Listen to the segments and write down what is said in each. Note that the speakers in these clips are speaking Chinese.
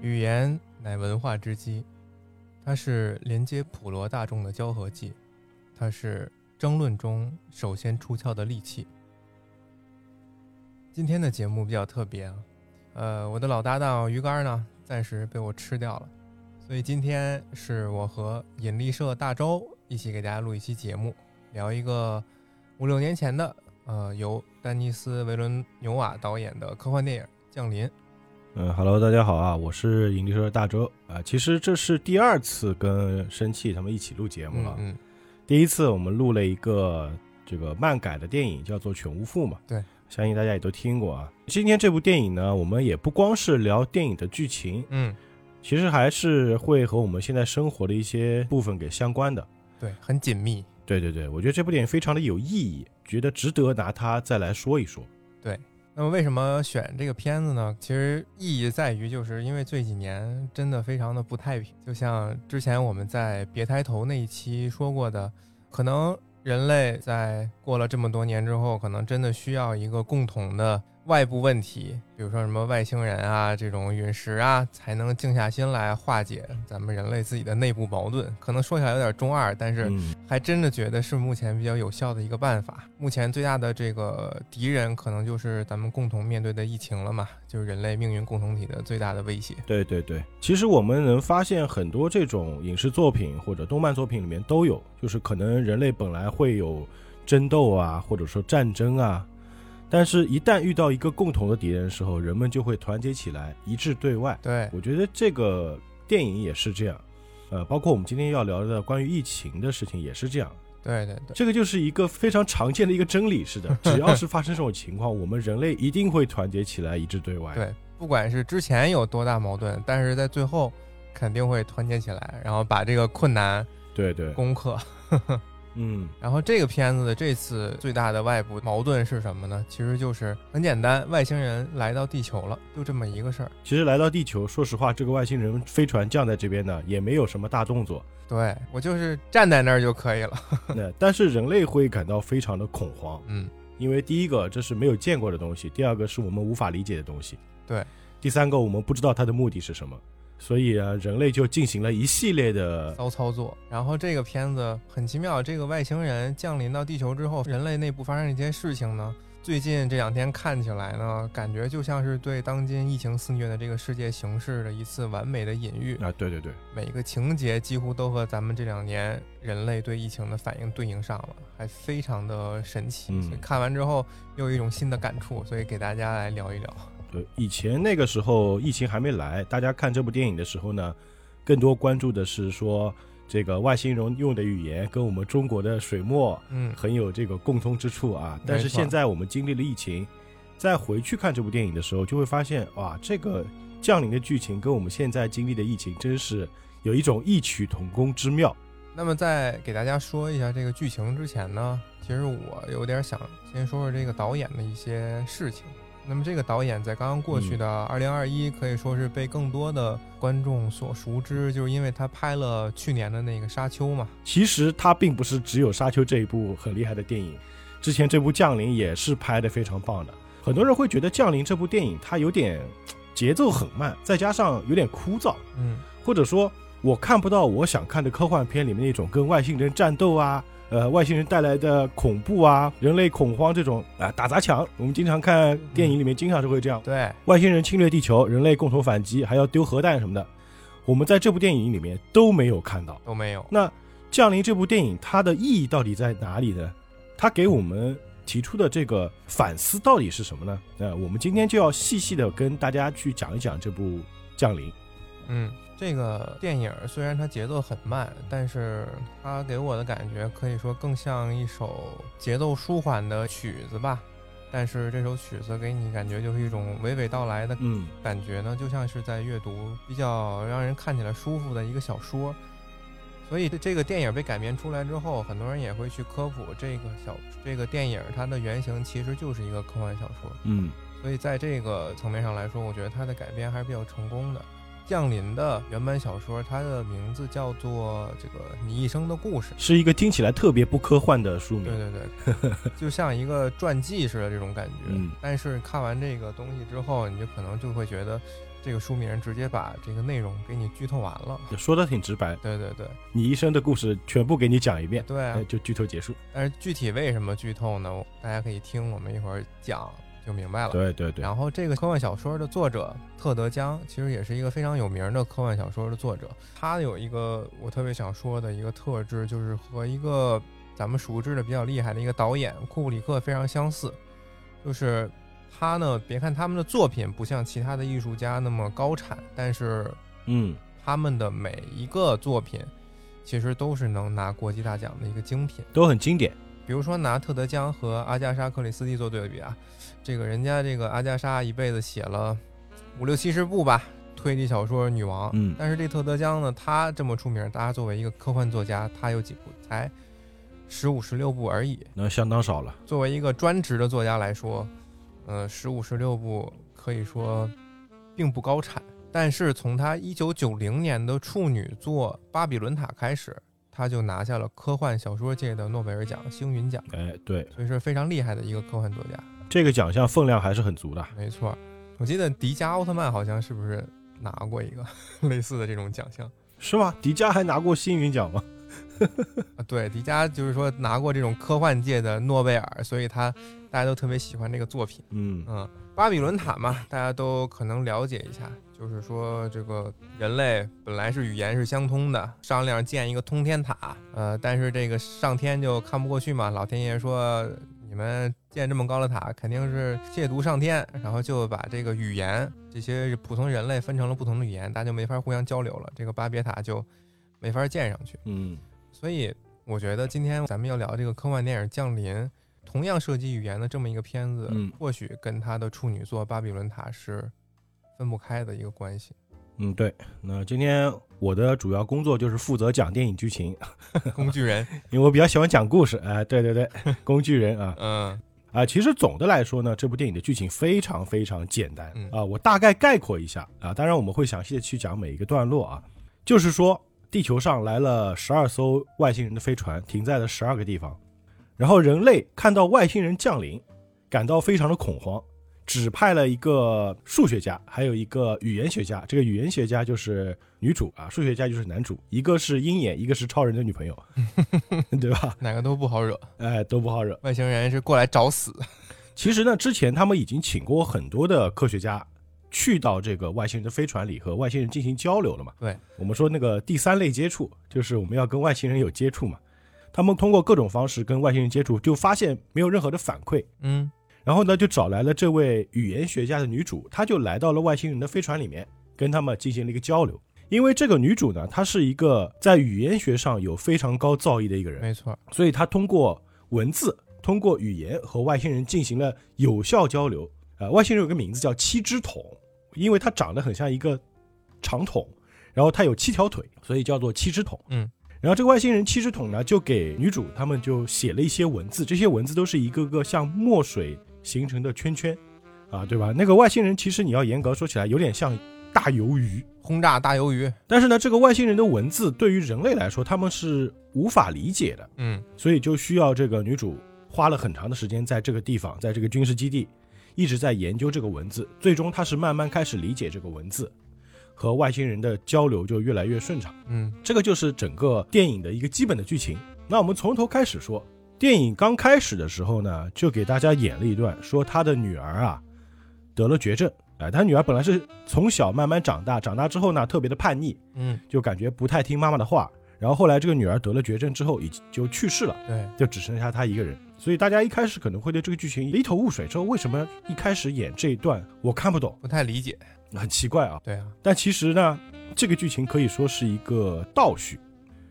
语言乃文化之基，它是连接普罗大众的交合剂，它是争论中首先出鞘的利器。今天的节目比较特别啊，呃，我的老搭档鱼竿呢，暂时被我吃掉了，所以今天是我和引力社大周一起给大家录一期节目，聊一个五六年前的，呃，由丹尼斯·维伦纽瓦导演的科幻电影《降临》。嗯，Hello，大家好啊，我是引力社大周啊。其实这是第二次跟生气他们一起录节目了。嗯第一次我们录了一个这个漫改的电影，叫做《犬巫妇》嘛。对，相信大家也都听过啊。今天这部电影呢，我们也不光是聊电影的剧情，嗯，其实还是会和我们现在生活的一些部分给相关的。对，很紧密。对对对，我觉得这部电影非常的有意义，觉得值得拿它再来说一说。那么为什么选这个片子呢？其实意义在于，就是因为这几年真的非常的不太平。就像之前我们在别抬头那一期说过的，可能人类在过了这么多年之后，可能真的需要一个共同的外部问题，比如说什么外星人啊、这种陨石啊，才能静下心来化解咱们人类自己的内部矛盾。可能说起来有点中二，但是嗯还真的觉得是目前比较有效的一个办法。目前最大的这个敌人，可能就是咱们共同面对的疫情了嘛，就是人类命运共同体的最大的威胁。对对对，其实我们能发现很多这种影视作品或者动漫作品里面都有，就是可能人类本来会有争斗啊，或者说战争啊，但是一旦遇到一个共同的敌人的时候，人们就会团结起来，一致对外。对，我觉得这个电影也是这样，呃，包括我们今天要聊的关于疫情的事情也是这样。对对对，这个就是一个非常常见的一个真理似的，只要是发生这种情况，我们人类一定会团结起来，一致对外。对，不管是之前有多大矛盾，但是在最后肯定会团结起来，然后把这个困难对对，攻克。嗯。然后这个片子的这次最大的外部矛盾是什么呢？其实就是很简单，外星人来到地球了，就这么一个事儿。其实来到地球，说实话，这个外星人飞船降在这边呢，也没有什么大 动作。对我就是站在那儿就可以了。那但是人类会感到非常的恐慌，嗯，因为第一个这是没有见过的东西，第二个是我们无法理解的东西，对，第三个我们不知道它的目的是什么，所以啊，人类就进行了一系列的，骚操作。然后这个片子很奇妙，这个外星人降临到地球之后，人类内部发生一些事情呢。最近这两天看起来呢，感觉就像是对当今疫情肆虐的这个世界形势的一次完美的隐喻。啊，对对对，每个情节几乎都和咱们这两年人类对疫情的反应对应上了，还非常的神奇。嗯所以看完之后又有一种新的感触，所以给大家来聊一聊。对，以前那个时候疫情还没来，大家看这部电影的时候呢，更多关注的是说这个外星人用的语言跟我们中国的水墨嗯，很有这个共通之处啊。但是没错现在我们经历了疫情，再回去看这部电影的时候，就会发现哇，这个降临的剧情跟我们现在经历的疫情真是有一种异曲同工之妙。那么在给大家说一下这个剧情之前呢，其实我有点想先说说这个导演的一些事情。那么这个导演在刚刚过去的二零二一，可以说是被更多的观众所熟知，就是因为他拍了去年的那个《沙丘》嘛。其实它并不是只有《沙丘》这一部很厉害的电影，之前这部《降临》也是拍的非常棒的。很多人会觉得《降临》这部电影它有点节奏很慢，再加上有点枯燥，嗯，或者说我看不到我想看的科幻片里面那种跟外星人战斗啊，呃，外星人带来的恐怖啊，人类恐慌这种啊、打砸抢。我们经常看电影里面经常是会这样，对，外星人侵略地球，人类共同反击，还要丢核弹什么的，我们在这部电影里面都没有看到。都没有。那《降临》这部电影它的意义到底在哪里呢？它给我们提出的这个反思到底是什么呢？呃，我们今天就要细细的跟大家去讲一讲这部《降临》。嗯，这个电影虽然它节奏很慢，但是它给我的感觉可以说更像一首节奏舒缓的曲子吧。但是这首曲子给你感觉就是一种娓娓道来的嗯，感觉呢，就像是在阅读比较让人看起来舒服的一个小说。所以这这个电影被改编出来之后，很多人也会去科普这个小这个电影它的原型其实就是一个科幻小说。嗯，所以在这个层面上来说，我觉得它的改编还是比较成功的。降临的原版小说，它的名字叫做这个《你一生的故事》。是一个听起来特别不科幻的书名。对对对，就像一个传记似的这种感觉。嗯但是看完这个东西之后，你就可能就会觉得这个书名直接把这个内容给你剧透完了。也说的挺直白，对对对你一生的故事全部给你讲一遍，对啊哎，就剧透结束。但是具体为什么剧透呢？我大家可以听我们一会儿讲就明白了。对对对，然后这个科幻小说的作者特德·江，其实也是一个非常有名的科幻小说的作者。他有一个我特别想说的一个特质，就是和一个咱们熟知的比较厉害的一个导演库布里克非常相似，就是他呢，别看他们的作品不像其他的艺术家那么高产，但是嗯，他们的每一个作品其实都是能拿国际大奖的一个精品。都很经典。比如说拿特德·江和阿加莎·克里斯蒂做对比啊，这个人家这个阿加莎一辈子写了五六七十部吧推理小说女王，嗯但是这特德·江呢，他这么出名，大家作为一个科幻作家，他有几部才十五十六部而已。那相当少了。作为一个专职的作家来说，呃，十五十六部可以说并不高产。但是从他一九九零年的处女作《巴比伦塔》开始，他就拿下了科幻小说界的诺贝尔奖星云奖。哎，对，所以是非常厉害的一个科幻作家。这个奖项分量还是很足的。没错，我记得迪迦奥特曼好像是不是拿过一个 类似的这种奖项是吗？迪迦还拿过星云奖吗？啊？对，迪迦就是说拿过这种科幻界的诺贝尔，所以他大家都特别喜欢这个作品。嗯，嗯，巴比伦塔嘛，大家都可能了解一下，就是说这个人类本来是语言是相通的，商量建一个通天塔，呃，但是这个上天就看不过去嘛，老天爷说你们建这么高的塔，肯定是亵渎上天，然后就把这个语言这些普通人类分成了不同的语言，大家就没法互相交流了，这个巴别塔就没法建上去。嗯，所以我觉得今天咱们要聊这个科幻电影《降临》，同样涉及语言的这么一个片子，嗯或许跟他的处女作《巴比伦塔》是分不开的一个关系。嗯，对。那今天我的主要工作就是负责讲电影剧情，工具 人，因为我比较喜欢讲故事。哎，对对对，工具人啊嗯啊！其实总的来说呢，这部电影的剧情非常非常简单嗯啊，我大概概括一下啊。当然我们会详细的去讲每一个段落啊。就是说，地球上来了十二艘外星人的飞船，停在了十二个地方，然后人类看到外星人降临，感到非常的恐慌，指派了一个数学家，还有一个语言学家。这个语言学家就是女主啊，数学家就是男主，一个是鹰眼，一个是超人的女朋友， 对吧？哪个都不好惹，哎，都不好惹。外星人是过来找死。其实呢，之前他们已经请过很多的科学家去到这个外星人的飞船里和外星人进行交流了嘛。对，我们说那个第三类接触，就是我们要跟外星人有接触嘛。他们通过各种方式跟外星人接触，就发现没有任何的反馈。嗯，然后呢，就找来了这位语言学家的女主，她就来到了外星人的飞船里面，跟他们进行了一个交流。因为这个女主呢，她是一个在语言学上有非常高造诣的一个人，没错，所以他通过文字、通过语言和外星人进行了有效交流。呃，外星人有个名字叫七只桶，因为它长得很像一个长筒，然后它有七条腿，所以叫做七只桶。嗯，然后这个外星人七只桶呢，就给女主他们就写了一些文字，这些文字都是一个个像墨水形成的圈圈，啊，对吧？那个外星人其实你要严格说起来，有点像大鱿鱼，轰炸大鱿鱼。但是呢，这个外星人的文字对于人类来说，他们是无法理解的。嗯，所以就需要这个女主花了很长的时间在这个地方，在这个军事基地，一直在研究这个文字。最终，她是慢慢开始理解这个文字，和外星人的交流就越来越顺畅。嗯，这个就是整个电影的一个基本的剧情。那我们从头开始说，电影刚开始的时候呢，就给大家演了一段，说他的女儿啊得了绝症。哎，他女儿本来是从小慢慢长大，长大之后呢，特别的叛逆，嗯，就感觉不太听妈妈的话。然后后来这个女儿得了绝症之后，已经就去世了。对，就只剩下他一个人。所以大家一开始可能会对这个剧情一头雾水，说为什么一开始演这一段我看不懂，不太理解。很奇怪啊。对啊，但其实呢，这个剧情可以说是一个倒叙，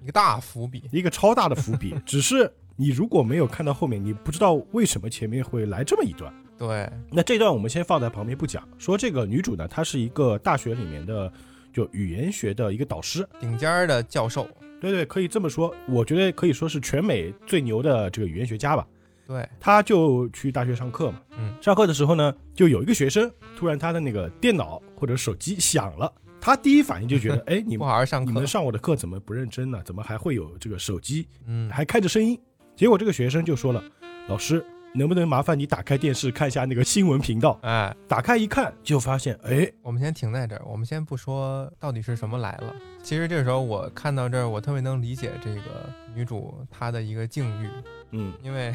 一个大伏笔。一个超大的伏笔。只是你如果没有看到后面，你不知道为什么前面会来这么一段。对，那这段我们先放在旁边不讲，说这个女主呢，她是一个大学里面的就语言学的一个导师，顶尖儿的教授。对对，可以这么说，我觉得可以说是全美最牛的这个语言学家吧。对，他就去大学上课嘛，嗯，上课的时候呢，就有一个学生突然他的那个电脑或者手机响了，他第一反应 就觉得，哎，你不们好好上你课们。上我的课怎么不认真呢？怎么还会有这个手机嗯，还开着声音？结果这个学生就说了，老师，能不能麻烦你打开电视看一下那个新闻频道？哎，打开一看，就发现，哎，我们先停在这儿，我们先不说到底是什么来了。其实这时候我看到这儿，我特别能理解这个女主她的一个境遇，嗯因为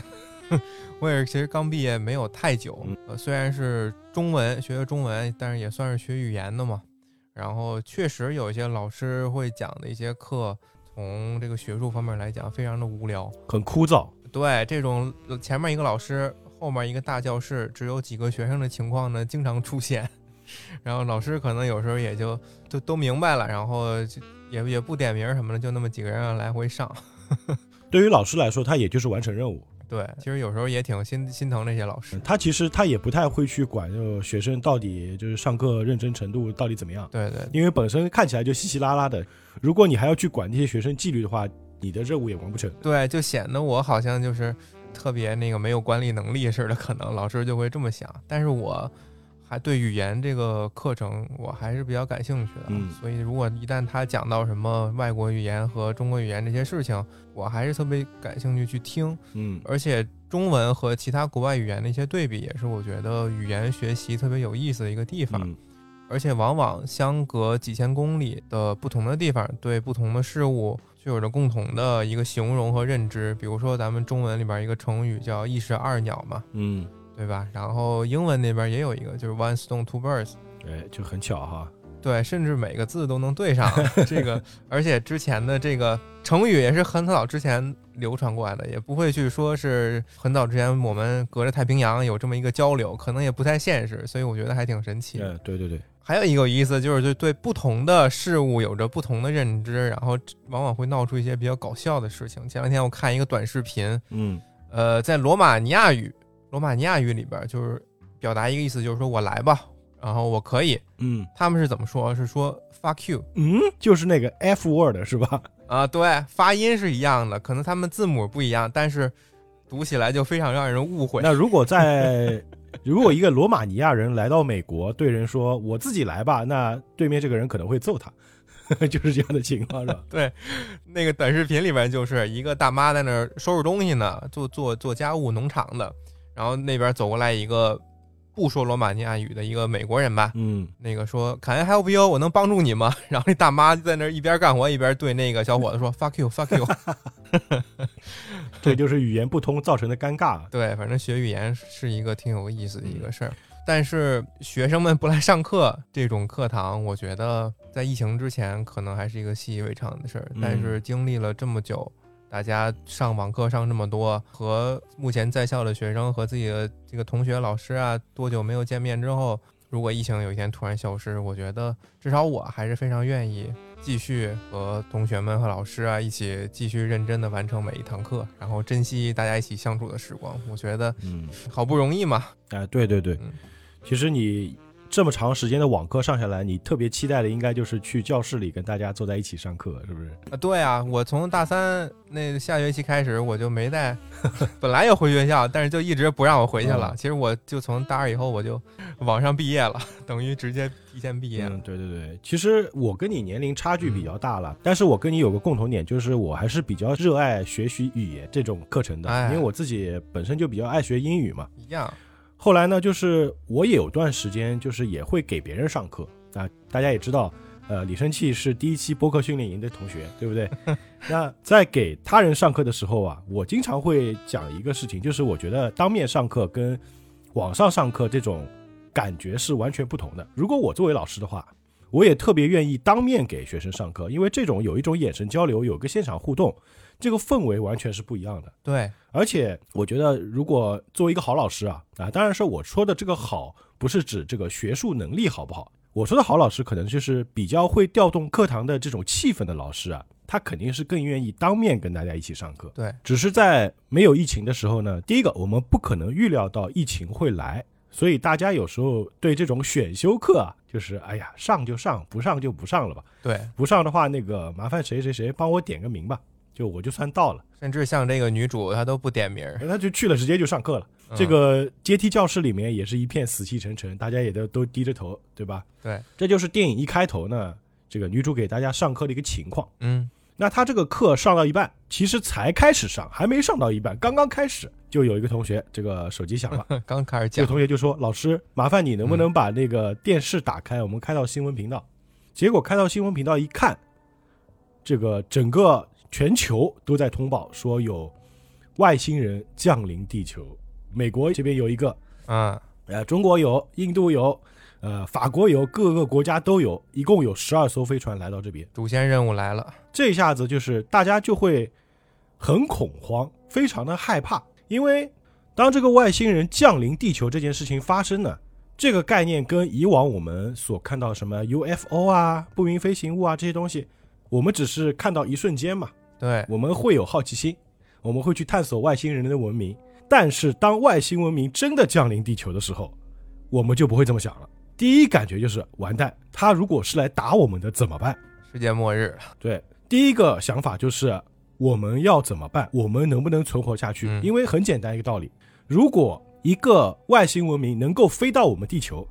我也是其实刚毕业没有太久嗯，呃虽然是中文学的中文，但是也算是学语言的嘛。然后确实有一些老师会讲的一些课，从这个学术方面来讲，非常的无聊。很枯燥，对这种前面一个老师，后面一个大教室，只有几个学生的情况呢，经常出现。 然后老师可能有时候也就就都明白了，然后就也也不点名什么的，就那么几个人啊来回上。对于老师来说，他也就是完成任务，对，其实有时候也挺心心疼这些老师嗯。他其实他也不太会去管就学生到底就是上课认真程度到底怎么样，对对因为本身看起来就稀稀拉拉的，如果你还要去管那些学生纪律的话，你的任务也完不成。对，就显得我好像就是特别那个没有管理能力似的，可能老师就会这么想。但是我还对语言这个课程我还是比较感兴趣的，嗯所以如果一旦他讲到什么外国语言和中国语言这些事情，我还是特别感兴趣去听。嗯，而且中文和其他国外语言的一些对比，也是我觉得语言学习特别有意思的一个地方。嗯而且往往相隔几千公里的不同的地方，对不同的事物具有着共同的一个形容和认知。比如说，咱们中文里边一个成语叫“一石二鸟”嘛，嗯，对吧？然后英文那边也有一个，就是 “one stone two birds”。哎，就很巧哈。对，甚至每个字都能对上这个，而且之前的这个成语也是很早之前流传过来的，也不会去说是很早之前我们隔着太平洋有这么一个交流，可能也不太现实，所以我觉得还挺神奇的。嗯，对对对，还有一个有意思就是，就对不同的事物有着不同的认知，然后往往会闹出一些比较搞笑的事情。前两天我看一个短视频，嗯呃，在罗马尼亚语，罗马尼亚语里边就是表达一个意思，就是说我来吧，然后我可以。嗯他们是怎么说？是说 fuck you 嗯，就是那个 F word 是吧？啊、对，发音是一样的，可能他们字母不一样，但是读起来就非常让人误会。那如果在 如果一个罗马尼亚人来到美国，对人说“我自己来吧”，那对面这个人可能会揍他， 就是这样的情况是吧？对，那个短视频里边就是一个大妈在那儿收拾东西呢，做做做家务，农场的。然后那边走过来一个不说罗马尼亚语的一个美国人吧，嗯，那个说 “Can I help you？我能帮助你吗？” 然后那大妈就在那儿一边干活一边对那个小伙子说 “fuck you，fuck you”。 这就是语言不通造成的尴尬。对，反正学语言是一个挺有意思的一个事儿。但是学生们不来上课，这种课堂，我觉得在疫情之前可能还是一个习以为常的事儿。嗯但是经历了这么久，大家上网课上这么多，和目前在校的学生和自己的这个同学、老师啊，多久没有见面之后，如果疫情有一天突然消失，我觉得至少我还是非常愿意继续和同学们和老师啊一起继续认真的完成每一堂课，然后珍惜大家一起相处的时光。我觉得嗯，好不容易嘛，哎，对对对嗯，其实你这么长时间的网课上下来，你特别期待的应该就是去教室里跟大家坐在一起上课，是不是？啊，对啊，我从大三那下学期开始，我就没带， 本来要回学校，但是就一直不让我回去嗯了。其实我就从大二以后，我就网上毕业了，等于直接提前毕业了。嗯，对对对，其实我跟你年龄差距嗯比较大了，但是我跟你有个共同点，就是我还是比较热爱学习语言这种课程的，哎因为我自己本身就比较爱学英语嘛。一样，后来呢，就是我也有段时间就是也会给别人上课啊，大家也知道，呃，李生气是第一期播客训练营的同学，对不对？那在给他人上课的时候啊，我经常会讲一个事情，就是我觉得当面上课跟网上上课这种感觉是完全不同的。如果我作为老师的话，我也特别愿意当面给学生上课，因为这种有一种眼神交流，有个现场互动，这个氛围完全是不一样的。对，而且我觉得，如果作为一个好老师啊，啊，当然是我说的这个好，不是指这个学术能力好不好。我说的好老师，可能就是比较会调动课堂的这种气氛的老师啊，他肯定是更愿意当面跟大家一起上课。对，只是在没有疫情的时候呢，第一个我们不可能预料到疫情会来，所以大家有时候对这种选修课啊，就是哎呀上就上，不上就不上了吧，对，不上的话，那个麻烦谁谁谁帮我点个名吧，就我就算到了，甚至像这个女主，她都不点名儿。那就去了，直接就上课了。嗯呃这个阶梯教室里面也是一片死气沉沉，大家也都都低着头，对吧？对，这就是电影一开头呢，这个女主给大家上课的一个情况。嗯，那他这个课上到一半，其实才开始上，还没上到一半，刚刚开始就有一个同学这个手机 响了，刚开始这讲个，同学就说：“老师，麻烦你能不能把那个电视打开，我们开到新闻频道。”结果开到新闻频道一看，这个整个全球都在通报说有外星人降临地球，美国这边有一个，啊，呃，中国有，印度有，呃，法国有，各个国家都有，一共有十二艘飞船来到这边。主线任务来了，这一下子就是大家就会很恐慌，非常的害怕，因为当这个外星人降临地球这件事情发生呢，这个概念跟以往我们所看到什么 UFO 啊、不明飞行物啊这些东西，我们只是看到一瞬间嘛，对，我们会有好奇心，我们会去探索外星人的文明。但是当外星文明真的降临地球的时候，我们就不会这么想了。第一感觉就是完蛋，他如果是来打我们的怎么办？世界末日了，对，第一个想法就是我们要怎么办？我们能不能存活下去？嗯因为很简单一个道理，如果一个外星文明能够飞到我们地球，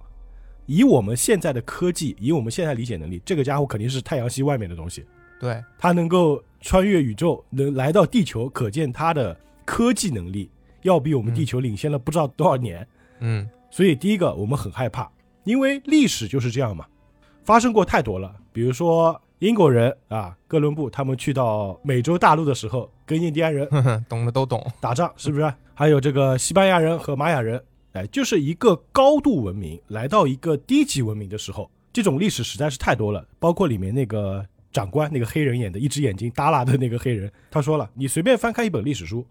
以我们现在的科技，以我们现在理解能力，这个家伙肯定是太阳系外面的东西，对，它能够穿越宇宙，能来到地球，可见它的科技能力要比我们地球领先了不知道多少年。嗯， 所以第一个我们很害怕，因为历史就是这样嘛，发生过太多了。比如说英国人啊，哥伦布他们去到美洲大陆的时候，跟印第安人哼哼，懂的都懂，打仗，是不是？还有这个西班牙人和玛雅人，哎，就是一个高度文明来到一个低级文明的时候，这种历史实在是太多了。包括里面那个长官，那个黑人演的，一只眼睛耷拉的那个黑人，他说了，你随便翻开一本历史书，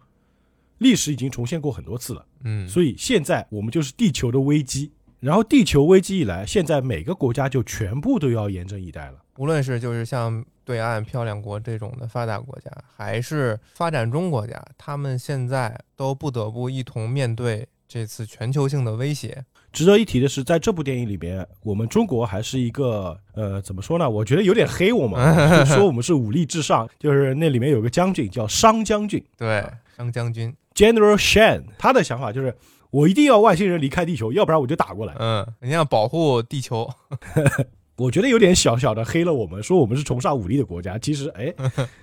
历史已经重现过很多次了。嗯，所以现在我们就是地球的危机。然后地球危机一来，现在每个国家就全部都要严阵以待了。无论是就是像对岸漂亮国这种的发达国家，还是发展中国家，他们现在都不得不一同面对这次全球性的威胁。值得一提的是，在这部电影里边，我们中国还是一个呃，怎么说呢？我觉得有点黑我们，啊就说我们是武力至上。就是那里面有个将军叫商将军对啊，张将军， （General Shan），他的想法就是我一定要外星人离开地球，要不然我就打过来。嗯，人家要保护地球，我觉得有点小小的黑了我们，说我们是崇尚武力的国家。其实，哎，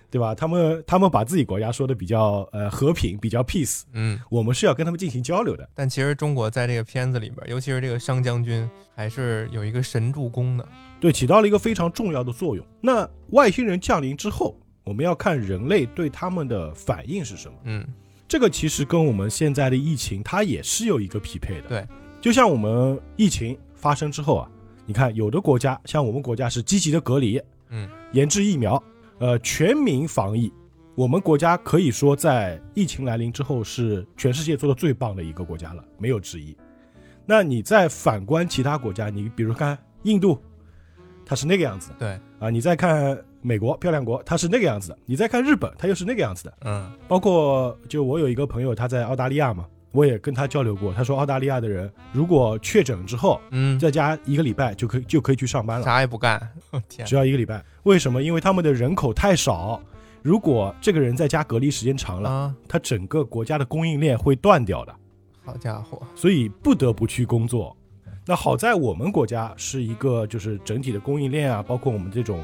对吧？他们他们把自己国家说的比较呃和平，比较 peace，嗯。我们是要跟他们进行交流的。 但其实中国在这个片子里边，尤其是这个商将军，还是有一个神助攻的。对，起到了一个非常重要的作用。那外星人降临之后，我们要看人类对他们的反应是什么。嗯，这个其实跟我们现在的疫情，它也是有一个匹配的。对，就像我们疫情发生之后啊，你看有的国家，像我们国家是积极的隔离，嗯，研制疫苗，呃，全民防疫。我们国家可以说在疫情来临之后是全世界做的最棒的一个国家了，没有之一。那你再反观其他国家，你比如看印度，它是那个样子的对，啊；你再看美国漂亮国，它是那个样子的；你再看日本，它又是那个样子的。嗯包括就我有一个朋友，他在澳大利亚嘛，我也跟他交流过，他说澳大利亚的人如果确诊之后，嗯，在家一个礼拜就可以就可以去上班了，啥也不干， 我天，只要一个礼拜。为什么？因为他们的人口太少，如果这个人在家隔离时间长了，啊，他整个国家的供应链会断掉的，好家伙，所以不得不去工作。那好在我们国家是一个就是整体的供应链啊，包括我们这种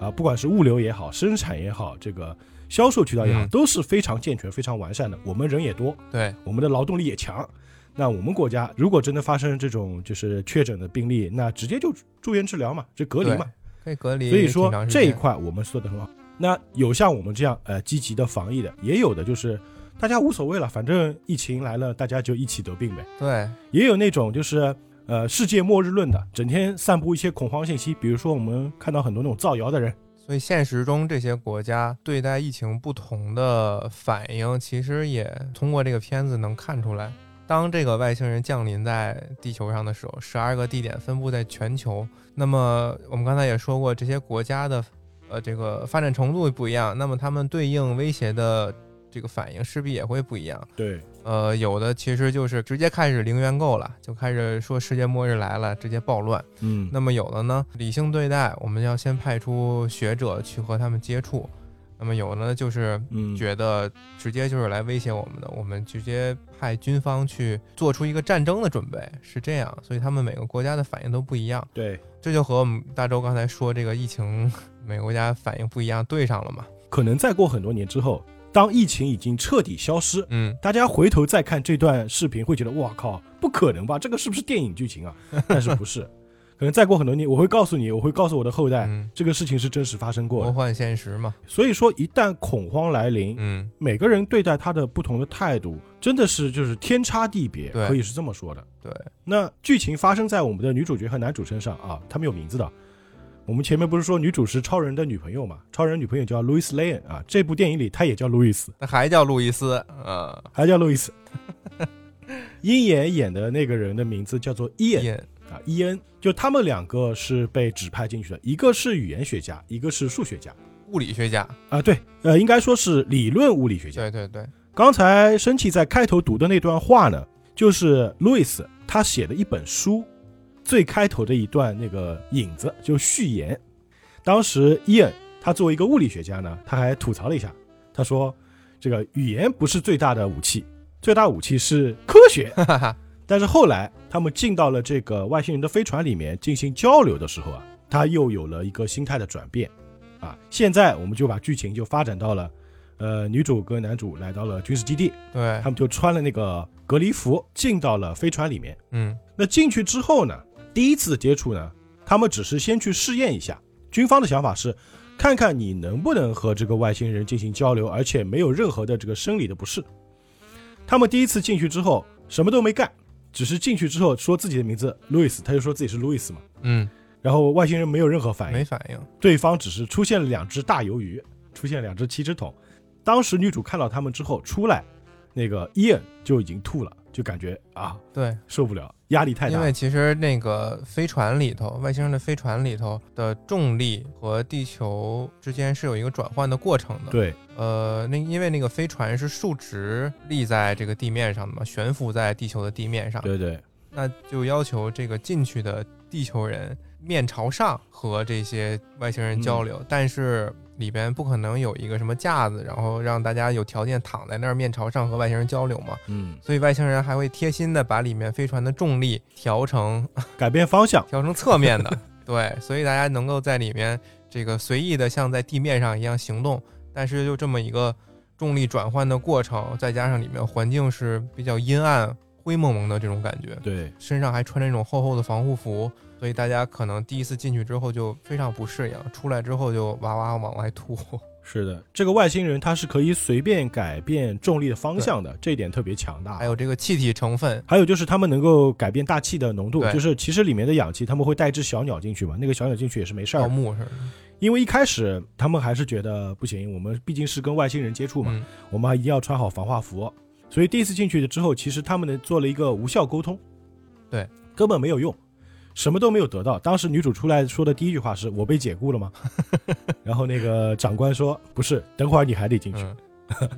啊、不管是物流也好，生产也好，这个销售渠道也好，嗯都是非常健全、非常完善的。我们人也多，对，我们的劳动力也强。那我们国家如果真的发生这种就是确诊的病例，那直接就住院治疗嘛，这隔离嘛。可以隔离所以挺说长时间，这一块我们做的很好。那有像我们这样呃积极的防疫的，也有的就是大家无所谓了，反正疫情来了，大家就一起得病呗。对，也有那种就是呃世界末日论的，整天散布一些恐慌信息，比如说我们看到很多那种造谣的人，所以现实中这些国家对待疫情不同的反应，其实也通过这个片子能看出来。当这个外星人降临在地球上的时候，十二个地点分布在全球。那么我们刚才也说过，这些国家的呃这个发展程度不一样，那么他们对应威胁的这个反应势必也会不一样。对，呃，有的其实就是直接开始零元购了，就开始说世界末日来了，直接暴乱。嗯，那么有的呢，理性对待，我们要先派出学者去和他们接触；那么有的呢，就是嗯觉得直接就是来威胁我们的，我们直接派军方去做出一个战争的准备，是这样。所以他们每个国家的反应都不一样，对，这就和我们大周刚才说这个疫情每个国家反应不一样对上了嘛。可能再过很多年之后，当疫情已经彻底消失，嗯，大家回头再看这段视频，会觉得哇靠，不可能吧？这个是不是电影剧情啊？ 但是不是？可能再过很多年，我会告诉你，我会告诉我的后代，嗯这个事情是真实发生哎过魔的。幻现实嘛，所以说，一旦恐慌来临，嗯，每个人对待他的不同的态度，真的是就是天差地别，对可以是这么说的。对，那剧情发生在我们的女主角和男主身上啊，他们有名字的。我们前面不是说女主是超人的女朋友嘛？超人女朋友叫 Louis Lane 啊，这部电影里她也叫 Louis，那还叫路易斯，呃，还叫 Louis。鹰眼演的那个人的名字叫做伊恩也啊，伊恩。就他们两个是被指派进去的，一个是语言学家，一个是数学家物理学家，啊，对，呃，应该说是理论物理学家。对对对，刚才生气在开头读的那段话呢，就是路易斯他写的一本书，最开头的一段那个引子，就序言。当时伊恩他作为一个物理学家呢，他还吐槽了一下，他说：“这个语言不是最大的武器，最大武器是科学。哈哈哈，”但是后来他们进到了这个外星人的飞船里面进行交流的时候啊，他又有了一个心态的转变。啊，现在我们就把剧情就发展到了，呃，女主跟男主来到了军事基地，对他，们就穿了那个隔离服进到了飞船里面。嗯那进去之后呢，第一次接触呢，他们只是先去试验一下。军方的想法是，看看你能不能和这个外星人进行交流，而且没有任何的这个生理的不适。他们第一次进去之后，什么都没干，只是进去之后说自己的名字路易斯，他就说自己是路易斯嘛。嗯，然后外星人没有任何反应，没反应，对方只是出现了两只大鱿鱼，出现了两只七只桶。当时女主看到他们之后出来，那个伊恩就已经吐了，就感觉啊对，受不了，压力太因大为。其实那个飞船里头，外星人的飞船里头的重力和地球之间是有一个转换的过程的。，对呃，那因为那个飞船是竖直立在这个地面上的嘛，悬浮在地球的地面上，对对那就要求这个进去的地球人面朝上和这些外星人嗯交流，但是里边不可能有一个什么架子，然后让大家有条件躺在那儿面朝上和外星人交流嘛。嗯，所以外星人还会贴心的把里面飞船的重力调成改变方向，调成侧面的， 对，所以大家能够在里面这个随意的像在地面上一样行动，但是就这么一个重力转换的过程，再加上里面环境是比较阴暗、灰蒙蒙的这种感觉，对身上还穿着那种厚厚的防护服，所以大家可能第一次进去之后就非常不适应，出来之后就哇哇往外吐， 是的，这个外星人他是可以随便改变重力的方向的，这一点特别强大还。有这个气体成分，还有就是他们能够改变大气的浓度，对就是其实里面的氧气他们会带一只小鸟进去嘛，那个小鸟进去也是没事盗儿的，墓似的，因为一开始他们还是觉得不行，我们毕竟是跟外星人接触嘛，嗯我们还一定要穿好防化服。所以第一次进去之后，其实他们呢做了一个无效沟通，对，根本没有用，什么都没有得到。当时女主出来说的第一句话是：“我被解雇了吗？” 然后那个长官说：“不是，等会儿你还得进去。嗯，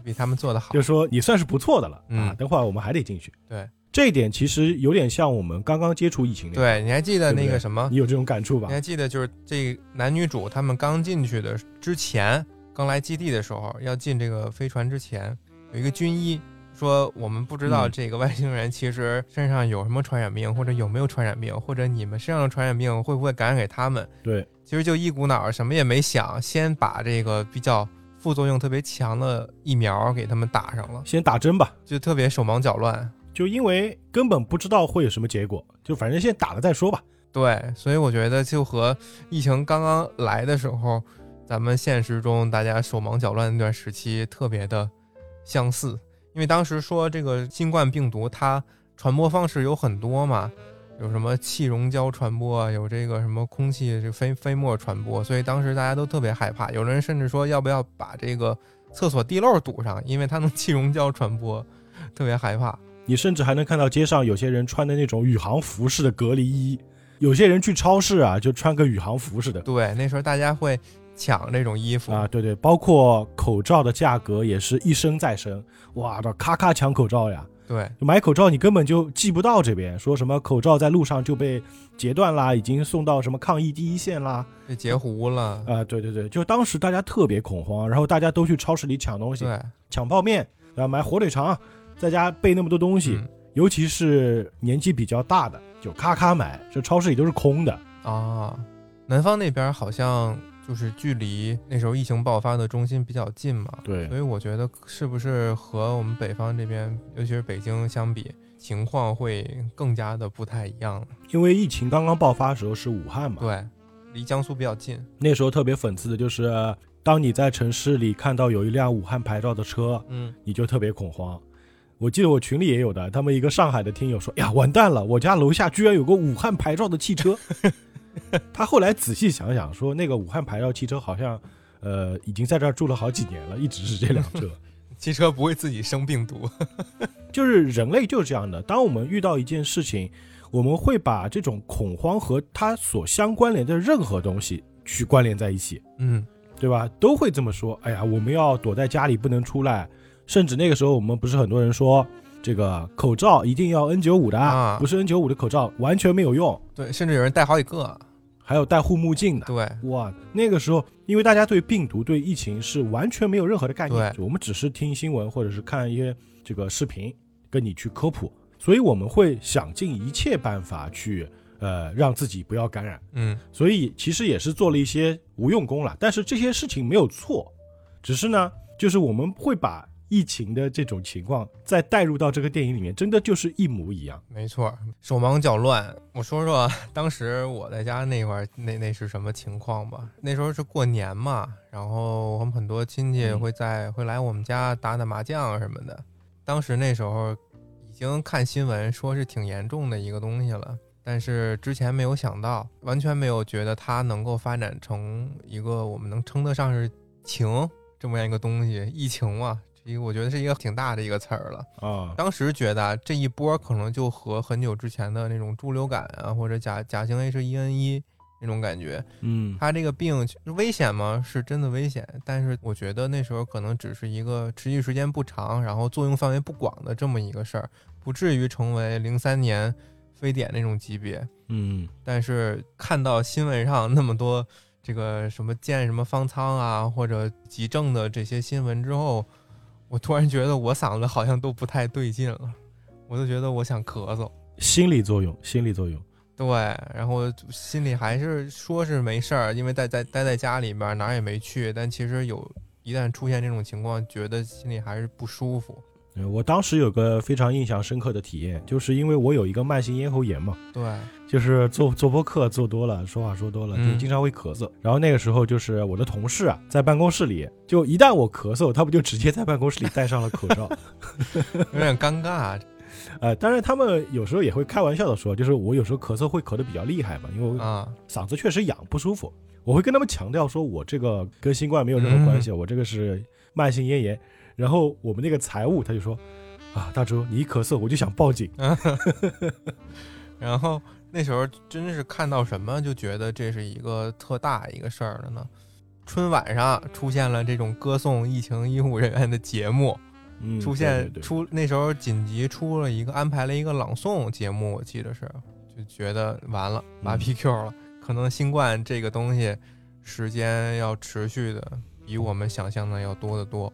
比他们做的好就，说你算是不错的了、啊，嗯等会儿我们还得进去。”对，这一点其实有点像我们刚刚接触疫情那样，对，你还哎记得那对不对个什么？你有这种感触吧你？还记得，就是这男女主他们刚进去的之前，刚来基地的时候，要进这个飞船之前，有一个军医说：“我们不知道嗯这个外星人其实身上有什么传染病，或者有没有传染病，或者你们身上的传染病会不会感染给他们。对，”其实就一股脑儿什么也没想，先把这个比较副作用特别强的疫苗给他们打上了，先打针吧。就特别手忙脚乱。就因为根本不知道会有什么结果，就反正先打了再说吧。对，所以我觉得就和疫情刚刚来的时候，咱们现实中大家手忙脚乱那段时期特别的相似，因为当时说这个新冠病毒它传播方式有很多嘛，有什么气溶胶传播啊，有这个什么空气这个飞飞沫传播，所以当时大家都特别害怕，有人甚至说要不要把这个厕所地漏堵上，因为它能气溶胶传播，特别害怕。你甚至还能看到街上有些人穿的那种宇航服式的隔离衣，有些人去超市啊就穿个宇航服似的对，那时候大家会抢这种衣服啊，对对，包括口罩的价格也是一升再升，哇，这咔咔抢口罩呀！对。买口罩你根本就寄不到这边，说什么口罩在路上就被截断啦，已经送到什么抗疫第一线啦，被截胡了。啊，对对对，就当时大家特别恐慌，然后大家都去超市里抢东西，对，抢泡面，然后买火腿肠，在家备那么多东西，嗯尤其是年纪比较大哦的，就咔咔买，这超市里都是空的。啊，南方那边好像就是距离那时候疫情爆发的中心比较近嘛，对所以我觉得是不是和我们北方这边，尤其是北京相比，情况会更加的不太一样。因为疫情刚刚爆发的时候是武汉嘛，对，离江苏比较近，那时候特别讽刺的就是，当你在城市里看到有一辆武汉牌照的车，嗯，你就特别恐慌。我记得我群里也有的，他们一个上海的听友说：“哎呀，完蛋了，我家楼下居然有个武汉牌照的汽车。”他后来仔细想想说，那个武汉牌照汽车好像，呃，已经在这儿住了好几年了，一直是这辆车。汽车不会自己生病毒，就是人类就是这样的，当我们遇到一件事情，我们会把这种恐慌和它所相关联的任何东西去关联在一起。嗯，对吧？都会这么说。哎呀，我们要躲在家里不能出来，甚至那个时候我们不是很多人说这个口罩一定要 N95 的，啊不是 N95 的口罩完全没有用，对，甚至有人戴好几个，啊还有戴护目镜的。对，哇，那个时候因为大家对病毒、对疫情是完全没有任何的概念，对就我们只是听新闻或者是看一些这个视频，跟你去科普，所以我们会想尽一切办法去呃让自己不要感染。嗯，所以其实也是做了一些无用功了。但是这些事情没有错，只是呢，就是我们会把疫情的这种情况再带入到这个电影里面，真的就是一模一样。没错，手忙脚乱。我说说当时我在家那会儿，那那是什么情况吧？那时候是过年嘛，然后我们很多亲戚嗯会在、会来我们家打打麻将啊什么的。当时那时候已经看新闻说是挺严重的一个东西了，但是之前没有想到，完全没有觉得它能够发展成一个我们能称得上是情这么样一个东西，疫情嘛，这个我觉得是一个挺大的一个词儿了。啊，当时觉得啊，这一波可能就和很久之前的那种猪流感啊，或者甲甲型 H1N1 那种感觉，嗯，它这个病危险吗？是真的危险，但是我觉得那时候可能只是一个持续时间不长，然后作用范围不广的这么一个事儿，不至于成为零三年非典那种级别。嗯，但是看到新闻上那么多这个什么建什么方舱啊，或者急症的这些新闻之后，我突然觉得我嗓子好像都不太对劲了， 我就觉得我想咳嗽。心理作用，心理作用。对，然后心里还是说是没事儿，因为待在待在家里边儿哪儿也没去，但其实有一旦出现这种情况，觉得心里还是不舒服。呃我当时有个非常印象深刻的体验，就是因为我有一个慢性咽喉炎嘛，对，就是做做播客做多了，说话说多了，嗯就经常会咳嗽。然后那个时候就是我的同事啊，在办公室里，就一旦我咳嗽，他不就直接在办公室里戴上了 口罩，有点尴尬。啊呃，当然他们有时候也会开玩笑的说，就是我有时候咳嗽会咳得比较厉害嘛，因为我啊，嗓子确实痒不舒服，我会跟他们强调说我这个跟新冠没有任嗯何关系，我这个是慢性咽炎。然后我们那个财务他就说。啊，大周，你一咳嗽我就想报警。 然后那时候真是看到什么就觉得这是一个特大一个事儿了呢。春晚上出现了这种歌颂疫情医护人员的节目，嗯出现对对对出那时候紧急出了一个安排了一个朗诵节目，我记得是，就觉得完了嗯拉 PQ 了，可能新冠这个东西时间要持续的比我们想象的要多得多。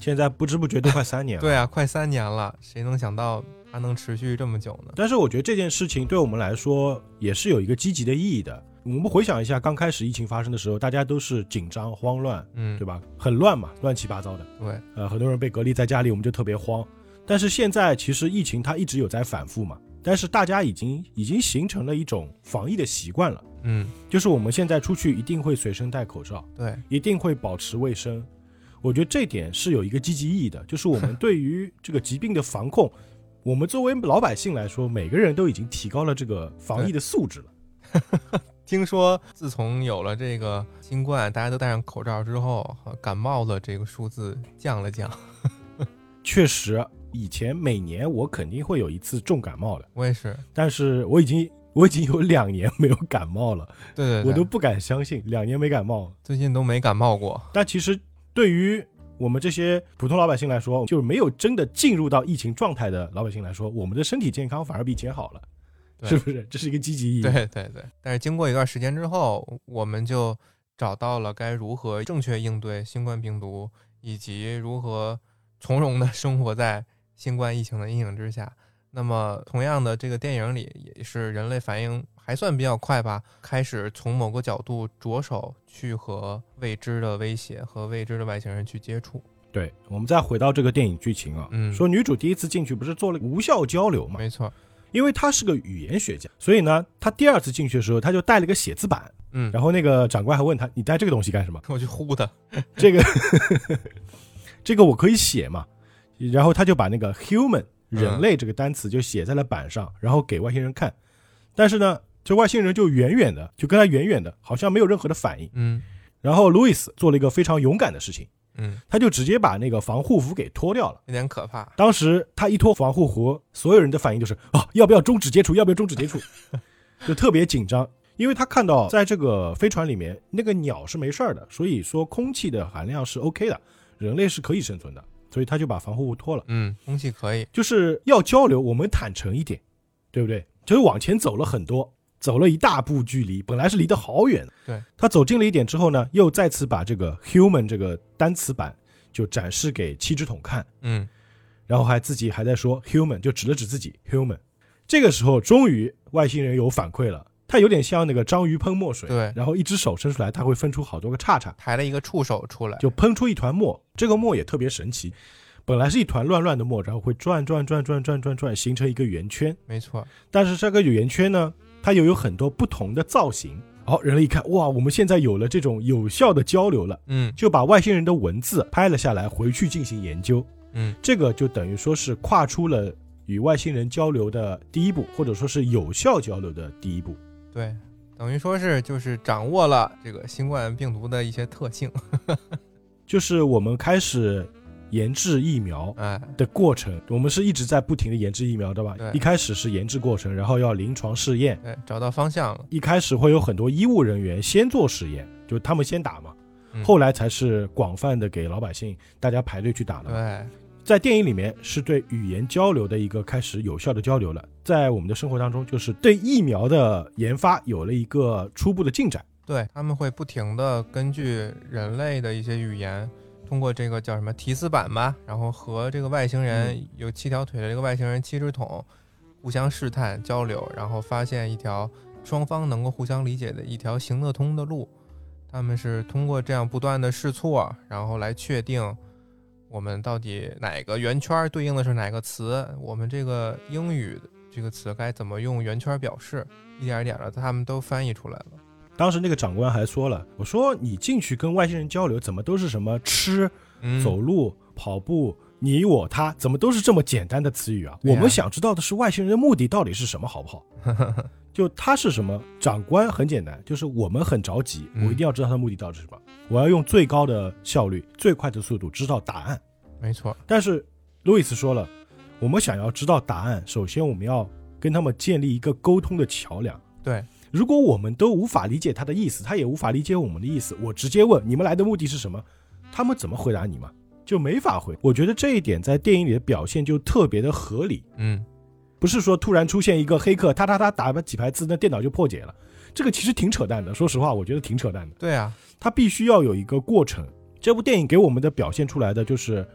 现在不知不觉都快三年了。对啊，快三年了，谁能想到它能持续这么久呢？但是我觉得这件事情对我们来说也是有一个积极的意义的。我们回想一下，刚开始疫情发生的时候，大家都是紧张、慌乱，嗯，对吧？很乱嘛，乱七八糟的。对，呃，很多人被隔离在家里，我们就特别慌。但是现在其实疫情它一直有在反复嘛，但是大家已经已经形成了一种防疫的习惯了，嗯，就是我们现在出去一定会随身戴口罩，对，一定会保持卫生。我觉得这点是有一个积极意义的，就是我 们对于这个疾病的防控，我们作为老百姓来说，每个人都已经提高了这个防疫的素质了。听说自从有了这个新冠，大家都戴上口罩之后，呃感冒的这个数字降了降。确实，以前每年我肯定会有一次重感冒的，我也是，但是我已经我已经有两年没有感冒了。对对对，我都不敢相信，两年没感冒。最近都没感冒过。但其实对于我们这些普通老百姓来说，就是没有真的进入到疫情状态的老百姓来说，我们的身体健康反而比以前好了，对是不是？这是一个积极意义。对对对，但是经过一段时间之后，我们就找到了该如何正确应对新冠病毒， 以及如何从容的生活在新冠疫情的阴影之下。那么同样的，这个电影里也是人类反应还算比较快吧，开始从某个角度着手去和未知的威胁和未知的外星人去接触。对，我们再回到这个电影剧情啊，嗯说女主第一次进去不是做了无效交流嘛，没错，因为她是个语言学家，所以呢，她第二次进去的时候，她就带了个写字板，嗯，然后那个长官还问她，你带这个东西干什么？我去呼他，这个 这个我可以写嘛？然后他就把那个 human 嗯人类这个单词就写在了板上，然后给外星人看。但是呢，这外星人就远远的，就跟他远远的，好像没有任何的反应。嗯然后路易斯做了一个非常勇敢的事情，嗯，他就直接把那个防护服给脱掉了。有点可怕，当时他一脱防护服，所有人的反应就是啊，要不要终止接触？要不要终止接触？就特别紧张，因为他看到在这个飞船里面那个鸟是没事儿的，所以说空气的含量是 OK 的，人类是可以生存的，所以他就把防护服脱了。嗯，空气可以，就是要交流，我们坦诚一点，对不对？就是往前走了很多，走了一大步距离，本来是离得好远。对，他走近了一点之后呢，又再次把这个 human 这个单词版就展示给七只桶看。嗯然后还自己还在说 human，就指了指自己 human。这个时候，终于外星人有反馈了，他有点像那个章鱼喷墨水，对然后一只手伸出来，它会分出好多个叉叉，抬了一个触手出来，就喷出一团墨。这个墨也特别神奇，本来是一团乱乱的墨，然后会转转转转转转转，形成一个圆圈。没错，但是这个圆圈呢，它又有很多不同的造型。好、人类一看，哇，我们现在有了这种有效的交流了，嗯就把外星人的文字拍了下来，回去进行研究。嗯，这个就等于说是跨出了与外星人交流的第一步，或者说是有效交流的第一步。对，等于说是就是掌握了这个新冠病毒的一些特性，就是我们开始研制疫苗哎，的过程，我们是一直在不停的研制疫苗，对吧？对一开始是研制过程，然后要临床试验，对，找到方向了，一开始会有很多医务人员先做实验，就他们先打嘛嗯。后来才是广泛的给老百姓大家排队去打的嘛。对，在电影里面是对语言交流的一个开始有效的交流了，在我们的生活当中，就是对疫苗的研发有了一个初步的进展。对，他们会不停的根据人类的一些语言，通过这个叫什么提斯板吧，然后和这个外星人、有七条腿的这个外星人七只桶互相试探交流，然后发现一条双方能够互相理解的一条行得通的路。他们是通过这样不断的试错，然后来确定我们到底哪个圆圈对应的是哪个词，我们这个英语这个词该怎么用圆圈表示，一点一点的他们都翻译出来了。当时那个长官还说了：“我说你进去跟外星人交流，怎么都是什么吃、嗯，走路、跑步、你我他，怎么都是这么简单的词语啊？对我呀们想知道的是外星人的目的到底是什么，好不好？就他是什么？长官很简单，就是我们很着急，我嗯一定要知道他的目的到底是什么，我要用最高的效率、最快的速度知道答案。”没错，但是路易斯说了，我们想要知道答案，首先我们要跟他们建立一个沟通的桥梁。对，如果我们都无法理解他的意思，他也无法理解我们的意思，我直接问你们来的目的是什么，他们怎么回答你嘛？就没法回。我觉得这一点在电影里的表现就特别的合理，嗯，不是说突然出现一个黑客，他他他打了几排字，那电脑就破解了。这个其实挺扯淡的，说实话，我觉得挺扯淡的。对啊，它必须要有一个过程。这部电影给我们的表现出来的就是，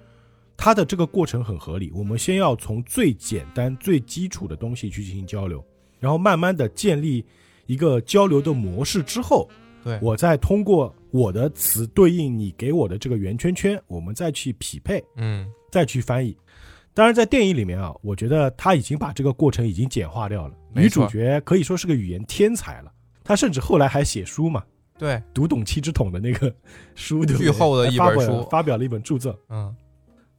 它的这个过程很合理。我们先要从最简单、最基础的东西去进行交流，然后慢慢的建立一个交流的模式之后，对，我再通过我的词对应你给我的这个圆圈圈，我们再去匹配，嗯，再去翻译。当然，在电影里面啊，我觉得他已经把这个过程已经简化掉了。女没错主角可以说是个语言天才了，她甚至后来还写书嘛，对，读懂七只桶的那个书，对不巨对厚的一本发表书发表了一本著作。嗯，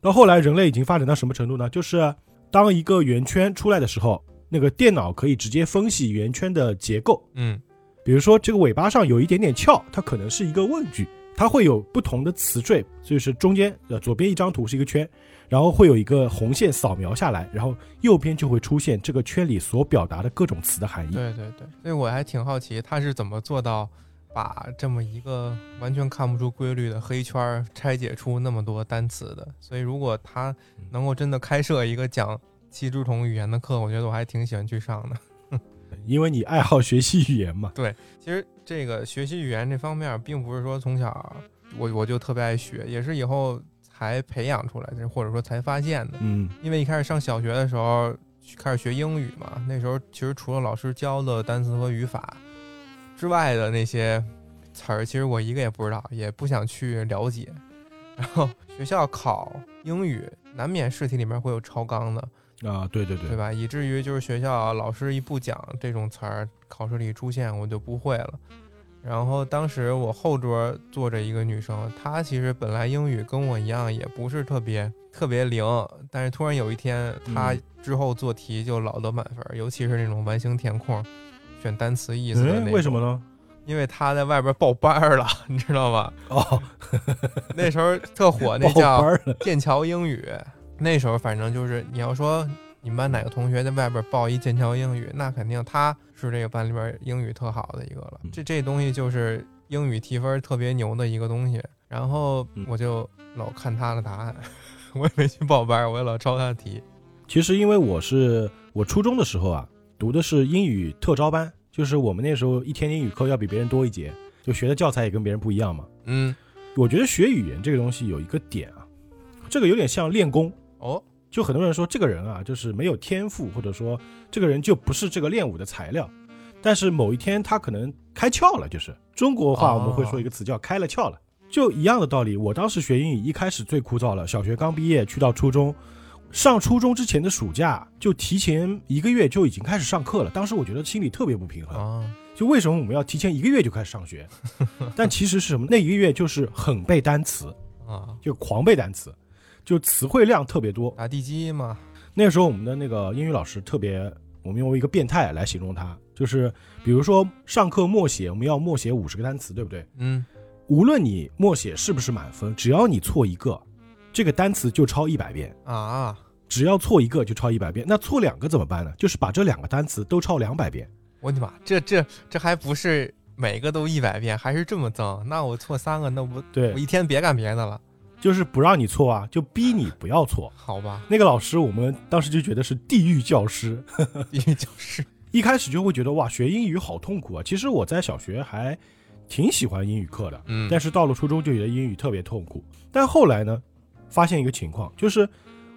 到后来，人类已经发展到什么程度呢？就是当一个圆圈出来的时候，那个电脑可以直接分析圆圈的结构。嗯，比如说，这个尾巴上有一点点翘，它可能是一个问句，它会有不同的词缀，就是中间呃左边一张图是一个圈，然后会有一个红线扫描下来，然后右边就会出现这个圈里所表达的各种词的含义。对对对，所以我还挺好奇他是怎么做到把这么一个完全看不出规律的黑圈儿拆解出那么多单词的。所以如果他能够真的开设一个讲七只桶语言的课，我觉得我还挺喜欢去上的。因为你爱好学习语言嘛。其实这个学习语言这方面，并不是说从小我我就特别爱学，也是以后才培养出来的，或者说才发现的。嗯，因为一开始上小学的时候开始学英语嘛，那时候其实除了老师教的单词和语法之外的那些词儿，其实我一个也不知道，也不想去了解。 然后学校考英语，难免试题里面会有超纲的，啊，对对对，对吧？以至于就是学校老师一不讲这种词儿，考试里出现我就不会了。然后当时我后桌坐着一个女生，她其实本来英语跟我一样，也不是特别特别灵，但是突然有一天，她嗯之后做题就老得满分儿，尤其是那种完形填空，选单词意思的那嗯，种。为什么？呢？因为她在外边报班儿了，你知道吗？ 哦，那时候特 火， 那报叫班儿了，剑桥英语，那时候反正就是你要说你们班哪个同学在外边报一剑桥英语，那肯定他是这个班里边英语特好的一个了嗯。这这东西就是英语提分特别牛的一个东西。然后嗯我就老看他的答案， 我也没去报班，我也老抄他的题。其实因为我是我初中的时候啊，读的是英语特招班，就是我们那时候一天英语课要比别人多一节，就学的教材也跟别人不一样嘛。嗯，我觉得学语言这个东西有一个点啊，这个有点像练功。哦，就很多人说这个人啊，就是没有天赋，或者说这个人就不是这个练武的材料。但是某一天他可能开窍了，就是中国话我们会说一个词叫开了窍了，就一样的道理。我当时学英语一开始最枯燥了，小学刚毕业去到初中，上初中之前的暑假就提前一个月就已经开始上课了。当时我觉得心里特别不平衡，啊，就为什么我们要提前一个月就开始上学？但其实是什么？那一个月就是很背单词，啊，就狂背单词，就词汇量特别多。打地基嘛，那个时候我们的那个英语老师特别，我们用一个变态来形容他，就是比如说上课默写，我们要默写五十个单词，对不对？嗯，无论你默写是不是满分，只要你错一个，这个单词就抄一百遍；啊，只要错一个就抄一百遍。那错两个怎么办呢？就是把这两个单词都抄两百遍。我的妈，这这这还不是每个都一百遍，还是这么脏？那我错三个，那不对我，一天别干别的了，就是不让你错啊，就逼你不要错。好吧？那个老师，我们当时就觉得是地狱教师，英语教师一开始就会觉得哇，学英语好痛苦啊。其实我在小学还挺喜欢英语课的，嗯但是到了初中就觉得英语特别痛苦。但后来呢，发现一个情况，就是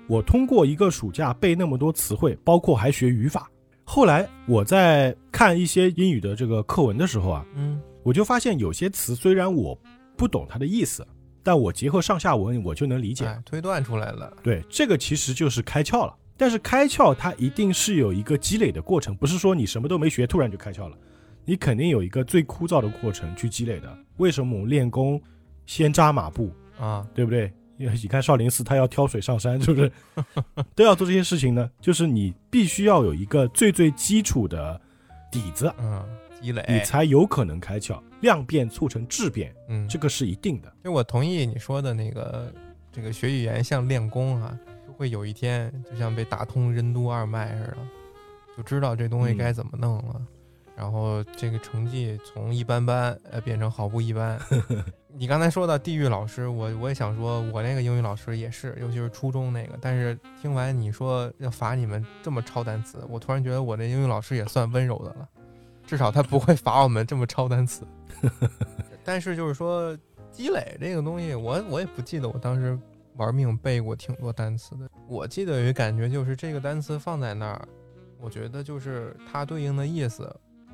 我通过一个暑假背那么多词汇，包括还学语法。后来我在看一些英语的这个课文的时候啊，嗯，我就发现有些词虽然我不懂它的意思，但我结合上下文我就能理解。哎，推断出来了，对，这个其实就是开窍了。但是开窍它一定是有一个积累的过程，不是说你什么都没学突然就开窍了，你肯定有一个最枯燥的过程去积累的。为什么我们练功先扎马步，啊，对不对？因为你看少林寺他要挑水上山，是不 是都要做这些事情呢？就是你必须要有一个最最基础的底子，嗯，积累，你才有可能开窍。量变促成质变，嗯，这个是一定的。就我同意你说的那个，这个学语言像练功啊，就会有一天就像被打通任督二脉似的，就知道这东西嗯该怎么弄了。然后这个成绩从一般般呃变成毫不一般。你刚才说到地狱老师，我我也想说，我那个英语老师也是，尤其是初中那个。但是听完你说要罚你们这么抄单词，我突然觉得我那英语老师也算温柔的了，至少他不会罚我们这么抄单词。但是就是说，积累这个东西，我我也不记得我当时玩命背过挺多单词的。我记得有一感觉就是这个单词放在那儿，我觉得就是它对应的意思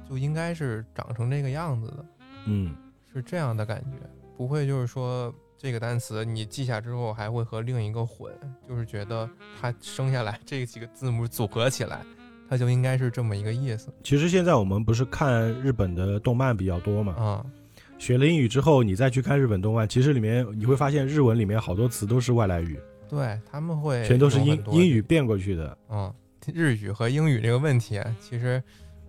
就应该是长成这个样子的，嗯，是这样的感觉，不会就是说这个单词你记下之后还会和另一个混，就是觉得它生下来 这几个字母组合起来，它就应该是这么一个意思其实现在我们不是看日本的动漫比较多嘛，啊、学了英语之后，你再去看日本动漫，其实里面你会发现日文里面好多词都是外来语，对他们会全都是哎有英很多英语变过去的。嗯，日语和英语这个问题，啊其实，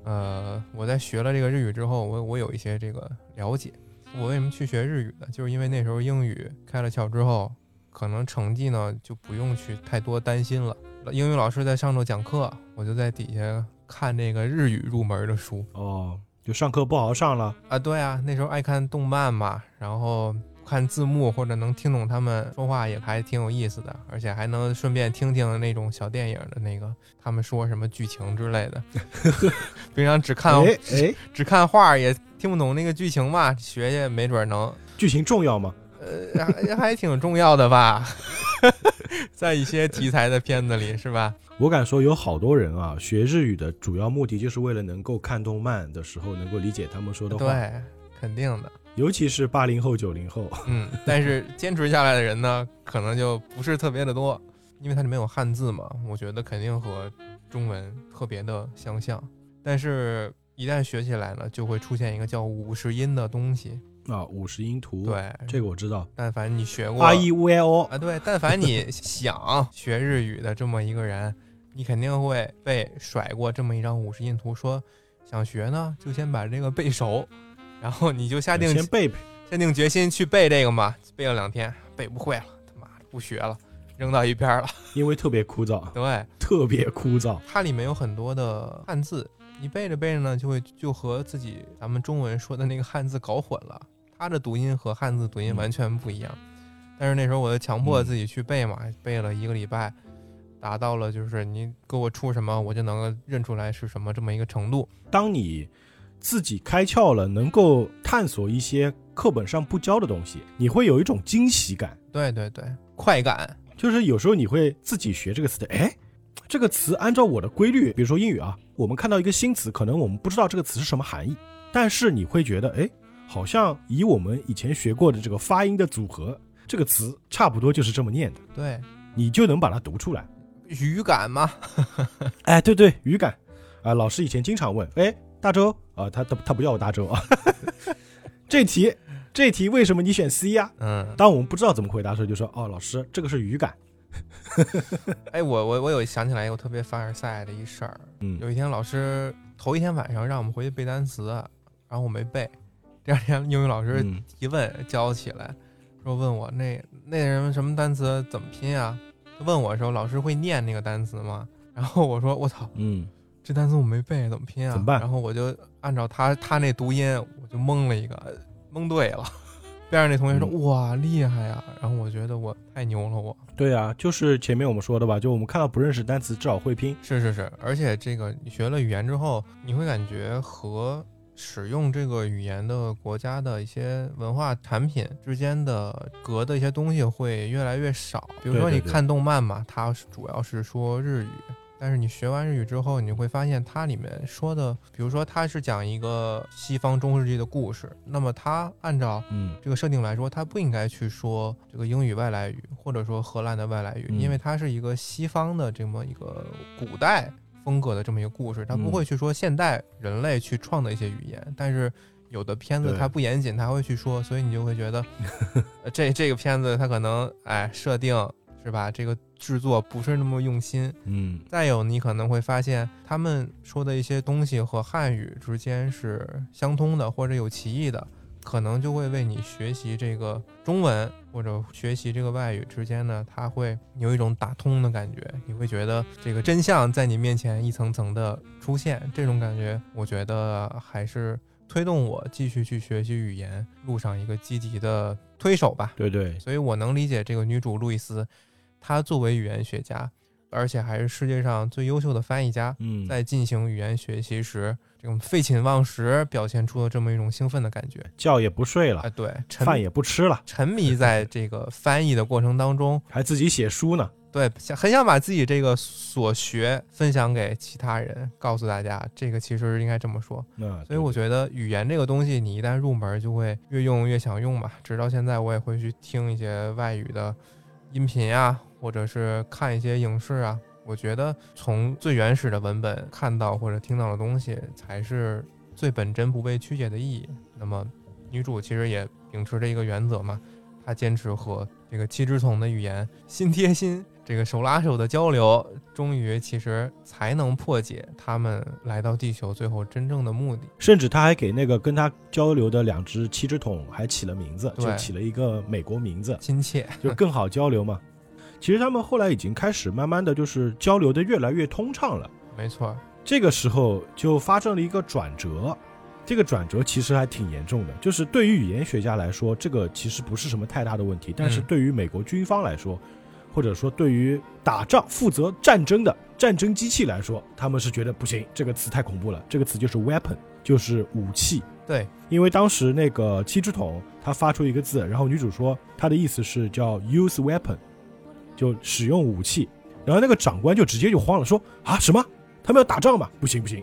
呃，我在学了这个日语之后，我我有一些这个了解。我为什么去学日语呢？就是因为那时候英语开了窍之后，可能成绩呢就不用去太多担心了。英语老师在上头讲课，我就在底下看那个日语入门的书哦，就上课不好好上了，啊。对啊，那时候爱看动漫嘛，然后看字幕或者能听懂他们说话也还挺有意思的，而且还能顺便听听那种小电影的那个他们说什么剧情之 类的。平常只看哎哎，只看画儿也听不懂那个剧情嘛，学学没准儿能，剧情重要吗？呃， 还还挺重要的吧，在一些题材的片子里是吧？我敢说有好多人啊，学日语的主要目的就是为了能够看动漫的时候能够理解他们说的话，对，肯定的，尤其是八零后、九零后， 嗯。但是坚持下来的人呢，可能就不是特别的多，因为它里面有汉字嘛，我觉得肯定和中文特别的相像。但是，一旦学起来呢，就会出现一个叫五十音的东西。啊，五十音图，，对，这个我知道但凡你学过，R E U I O，啊，对，但凡你想学日语的这么一个人，你肯定会被甩过这么一张五十音图，说想学呢，就先把这个背熟，然后你就下定先背背，下定决心去背这个嘛，背了两天，背不会了，他妈的不学了，扔到一边儿了。因为特别枯燥，对，特别枯燥。它里面有很多的汉字，你背着背着呢，就会就和自己咱们中文说的那个汉字搞混了，它的读音和汉字读音嗯完全不一样。但是那时候我就强迫自己去背嘛，背了一个礼拜，达到了就是你给我出什么，我就能够认出来是什么这么一个程度。当你自己开窍了，能够探索一些课本上不教的东西，你会有一种惊喜感。对对对，快感，就是有时候你会自己学这个词的，哎，这个词按照我的规律，比如说英语啊，我们看到一个新词，可能我们不知道这个词是什么含义，但是你会觉得，哎，好像以我们以前学过的这个发音的组合，这个词差不多就是这么念的，对，你就能把它读出来。语感嘛，哎，对对，语感啊，老师以前经常问，哎，大周啊，他他他不叫我大周啊， 这题这题为什么你选 C 呀、嗯，当我们不知道怎么回答的时候，就说哦，老师，这个是语感。哎，我我我有想起来一个特别凡尔赛的一事儿，嗯，有一天老师头一天晚上让我们回去背单词，然后我没背，第二天英语老师嗯提问教起来，说问我那那什么什么单词怎么拼啊？他问我的时候，老师会念那个单词吗？ 然后我说我操，嗯，这单词我没背，怎么拼啊？怎么办然后我就按照他他那读音，我就蒙了一个，蒙对了。 边上那同学说：“嗯哇，厉害呀、然后我觉得我太牛了我，对啊，就是前面我们说的吧，就我们看到不认识单词，至少会拼。是是是，而且这个你学了语言之后，你会感觉和使用这个语言的国家的一些文化产品之间的隔的一些东西会越来越少。比如对说对你对看动漫嘛，它是主要是说日语。但是你学完日语之后，你会发现它里面说的，比如说它是讲一个西方中世纪的故事，那么它按照嗯，这个设定来说，它不应该去说这个英语外来语，或者说荷兰的外来语，嗯因为它是一个西方的这么一个古代风格的这么一个故事，它不嗯会去说现代人类去创的一些语言。但是有的片子对它不严谨，它会去说，所以你就会觉得，呃这这个片子它可能哎设定是吧，这个制作不是那么用心，嗯，再有，你可能会发现他们说的一些东西和汉语之间是相通的，或者有歧义的，可能就会为你学习这个中文或者学习这个外语之间呢，它会有一种打通的感觉，你会觉得这个真相在你面前一层层的出现，这种感觉，我觉得还是推动我继续去学习语言路上一个积极的推手吧。对对，所以我能理解这个女主路易斯，她作为语言学家，而且还是世界上最优秀的翻译家，嗯，在进行语言学习时，这种废寝忘食表现出了这么一种兴奋的感觉。觉也不睡啊，了，对，沉饭也不吃了，沉迷在这个翻译的过程当中，还自己写书呢。对，想很想把自己这个所学分享给其他人，告诉大家，这个其实应该这么说。那所以我觉觉得语言这个东西，你一旦入门，就会越用越想用吧。直到现在，我也会去听一些外语的音频啊，或者是看一些影视啊。我觉得从最原始的文本看到或者听到的东西，才是最本真不被曲解的意义。那么，女主其实也秉持着一个原则嘛，她坚持和这个七只桶的语言心贴心，这个手拉手的交流，终于其实才能破解他们来到地球最后真正的目的。甚至他还给那个跟他交流的两只七只桶还起了名字，就对起了一个美国名字，亲切，就更好交流嘛。其实他们后来已经开始慢慢的就是交流的越来越通畅了。没错儿，这个时候就发生了一个转折，这个转折其实还挺严重的，就是对于语言学家来说，这个其实不是什么太大的问题，但是嗯对于美国军方来说，或者说对于打仗负责战争的战争机器来说，他们是觉得不行，这个词太恐怖了，这个词就是 weapon，就是武器。对，因为当时那个七只桶他发出一个字，然后女主说她的意思是叫 use weapon，就使用武器。然后那个长官就直接就慌了，说啊什么？他们要打仗吗？不行不行，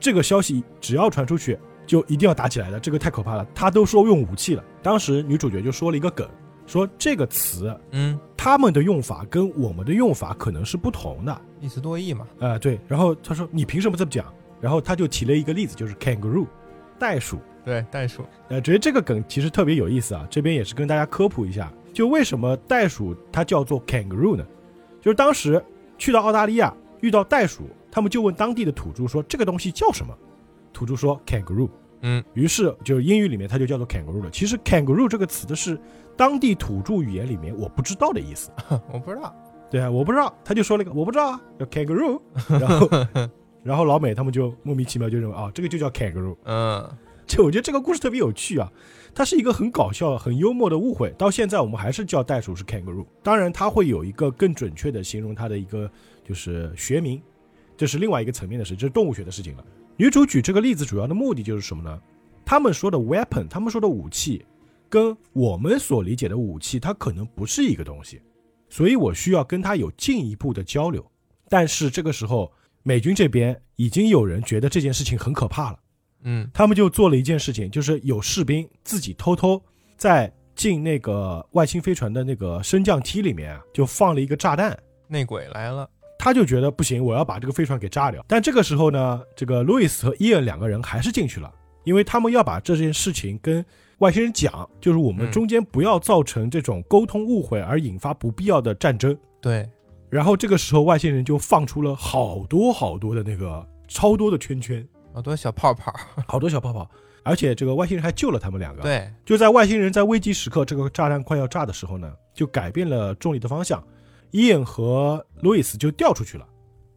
这个消息只要传出去，就一定要打起来的，这个太可怕了。他都说用武器了，当时女主角就说了一个梗，说这个词嗯，他们的用法跟我们的用法可能是不同的。一词多义嘛，啊、对。然后他说：“你凭什么这么讲？”然后他就提了一个例子，就是 kangaroo，袋鼠。对，袋鼠，呃，觉得这个梗其实特别有意思啊，这边也是跟大家科普一下，就为什么袋鼠它叫做 kangaroo 呢？就是当时去到澳大利亚遇到袋鼠，他们就问当地的土著说这个东西叫什么，土著说 kangaroo，嗯，于是就是英语里面它就叫做 kangaroo 了。其实 kangaroo 这个词的是当地土著语言里面我不知道的意思。 我不知道，对啊，我不知道，他就说了一个我不知道啊，叫 kangaroo，然后 然后老美他们就莫名其妙就认为啊，这个就叫 kangaroo。嗯， 这我觉得这个故事特别有趣啊，它是一个很搞笑、很幽默的误会。到现在我们还是叫袋鼠是 kangaroo，当然它会有一个更准确的形容它的一个就是学名，这是另外一个层面的事，这是动物学的事情了。女主举这个例子主要的目的就是什么呢？他们说的 weapon，他们说的武器，跟我们所理解的武器，它可能不是一个东西，所以我需要跟他有进一步的交流。但是这个时候，美军这边已经有人觉得这件事情很可怕了。嗯，他们就做了一件事情，就是有士兵自己偷偷在进那个外星飞船的那个升降梯里面啊，就放了一个炸弹。内鬼来了，他就觉得不行，我要把这个飞船给炸掉。但这个时候呢，这个路易斯和伊恩两个人还是进去了，因为他们要把这件事情跟外星人讲，就是我嗯们中间不要造成这种沟通误会而引发不必要的战争。对，然后这个时候，外星人就放出了好多好多的那个超多的圈圈，好多小泡泡，好多小泡泡，而且这个外星人还救了他们两个。对，就在外星人在危机时刻，这个炸弹快要炸的时候呢，就改变了重力的方向，伊恩和路易斯就掉出去了，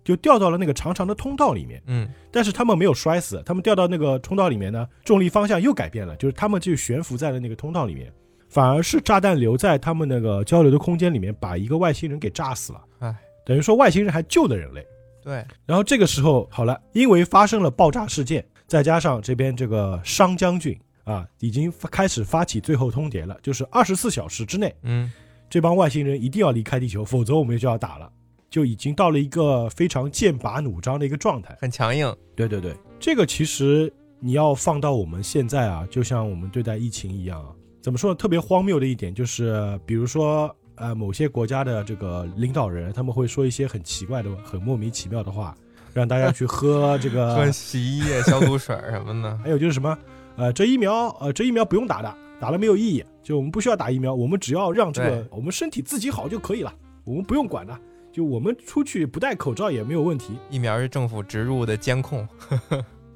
就掉到了那个长长的通道里面。嗯，但是他们没有摔死，他们掉到那个通道里面呢，重力方向又改变了，就是他们就悬浮在了那个通道里面，反而是炸弹留在他们那个交流的空间里面，把一个外星人给炸死了。哎，等于说外星人还救了人类。对，然后这个时候好了，因为发生了爆炸事件，再加上这边这个商将军啊，已经发开始发起最后通牒了，就是二十四小时之内，嗯，这帮外星人一定要离开地球，否则我们就要打了。就已经到了一个非常剑拔弩张的一个状态。很强硬，对对对，这个其实你要放到我们现在啊，就像我们对待疫情一样啊，怎么说呢？特别荒谬的一点就是，比如说呃，某些国家的这个领导人，他们会说一些很奇怪的、很莫名其妙的话，让大家去喝 这说个，洗衣液、消毒水儿什么的， 还有就是什么呃，这疫苗呃，这疫苗不用打的，打了没有意义，就我们不需要打疫苗，我们只要让这个对我们身体自己好就可以了，我们不用管的，就我们出去不戴口罩也没有问题。疫苗是政府植入的监控，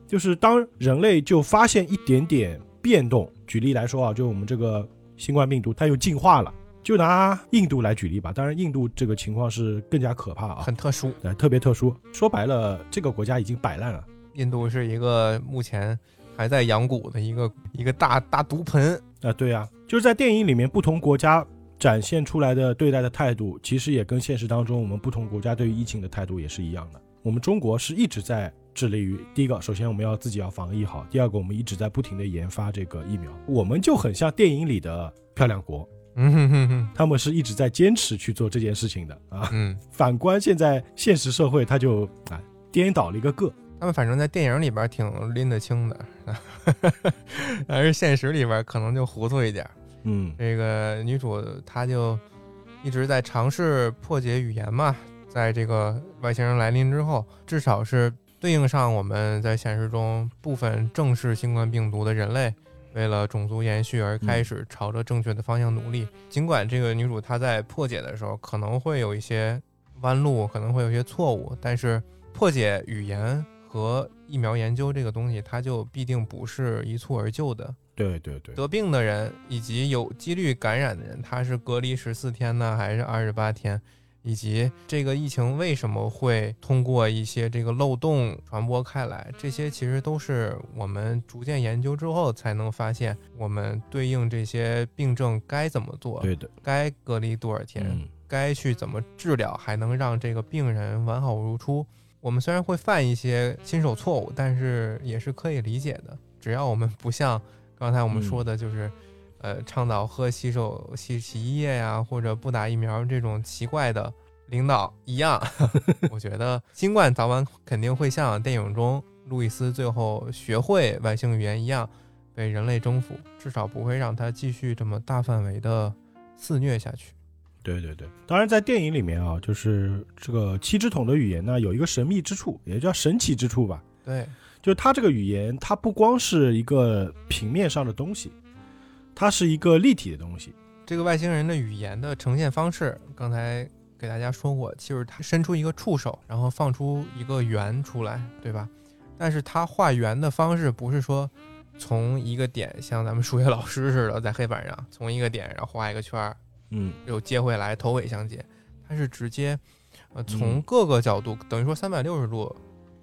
就是当人类就发现一点点变动，举例来说啊，就我们这个新冠病毒它又进化了，就拿印度来举例吧。当然，印度这个情况是更加可怕啊，很特殊。呃，特别特殊。说白了，这个国家已经摆烂了。印度是一个目前还在养蛊的一个一个大大毒盆，啊、对啊，就是在电影里面不同国家展现出来的对待的态度，其实也跟现实当中我们不同国家对于疫情的态度也是一样的。我们中国是一直在致力于第一个，首先我们要自己要防疫好；第二个，我们一直在不停的研发这个疫苗。我们就很像电影里的漂亮国，嗯哼哼哼，他们是一直在坚持去做这件事情的啊。嗯，反观现在现实社会，他就啊颠倒了一个个。 他们反正在电影里边挺拎得清的， 但是现实里边可能就糊涂一点儿。嗯，这个女主她就一直在尝试破解语言嘛，在这个外星人来临之后，至少是对应上我们在现实中部分正视新冠病毒的人类，为了种族延续而开始朝着正确的方向努力。尽管这个女主她在破解的时候可能会有一些弯路，可能会有一些错误，但是破解语言和疫苗研究这个东西，它就必定不是一蹴而就的。对对对，得病的人以及有几率感染的人，他是隔离十四天呢，还是二十八天？以及这个疫情为什么会通过一些这个漏洞传播开来？这些其实都是我们逐渐研究之后才能发现，我们对应这些病症该怎么做，对的，该隔离多少天，嗯，该去怎么治疗，还能让这个病人完好如初。我们虽然会犯一些新手错误，但是也是可以理解的。只要我们不像刚才我们说的，就是、呃倡导喝洗手洗洗衣液呀、或者不打疫苗这种奇怪的领导一样。 我觉得新冠早晚肯定会像电影中路易斯最后学会外星语言一样被人类征服，至少不会让他继续这么大范围的肆虐下去。对对对，当然在电影里面啊，就是这个七只桶的语言呢，有一个神秘之处，也叫神奇之处吧。对，就它这个语言，它不光是一个平面上的东西，它是一个立体的东西。这个外星人的语言的呈现方式，刚才给大家说过，就是他伸出一个触手，然后放出一个圆出来，对吧？但是他画圆的方式不是说从一个点，像咱们数学老师似的，在黑板上从一个点然后画一个圈儿，嗯，又接回来，头尾相接。它是直接，呃，从嗯各个角度，等于说三百六十度，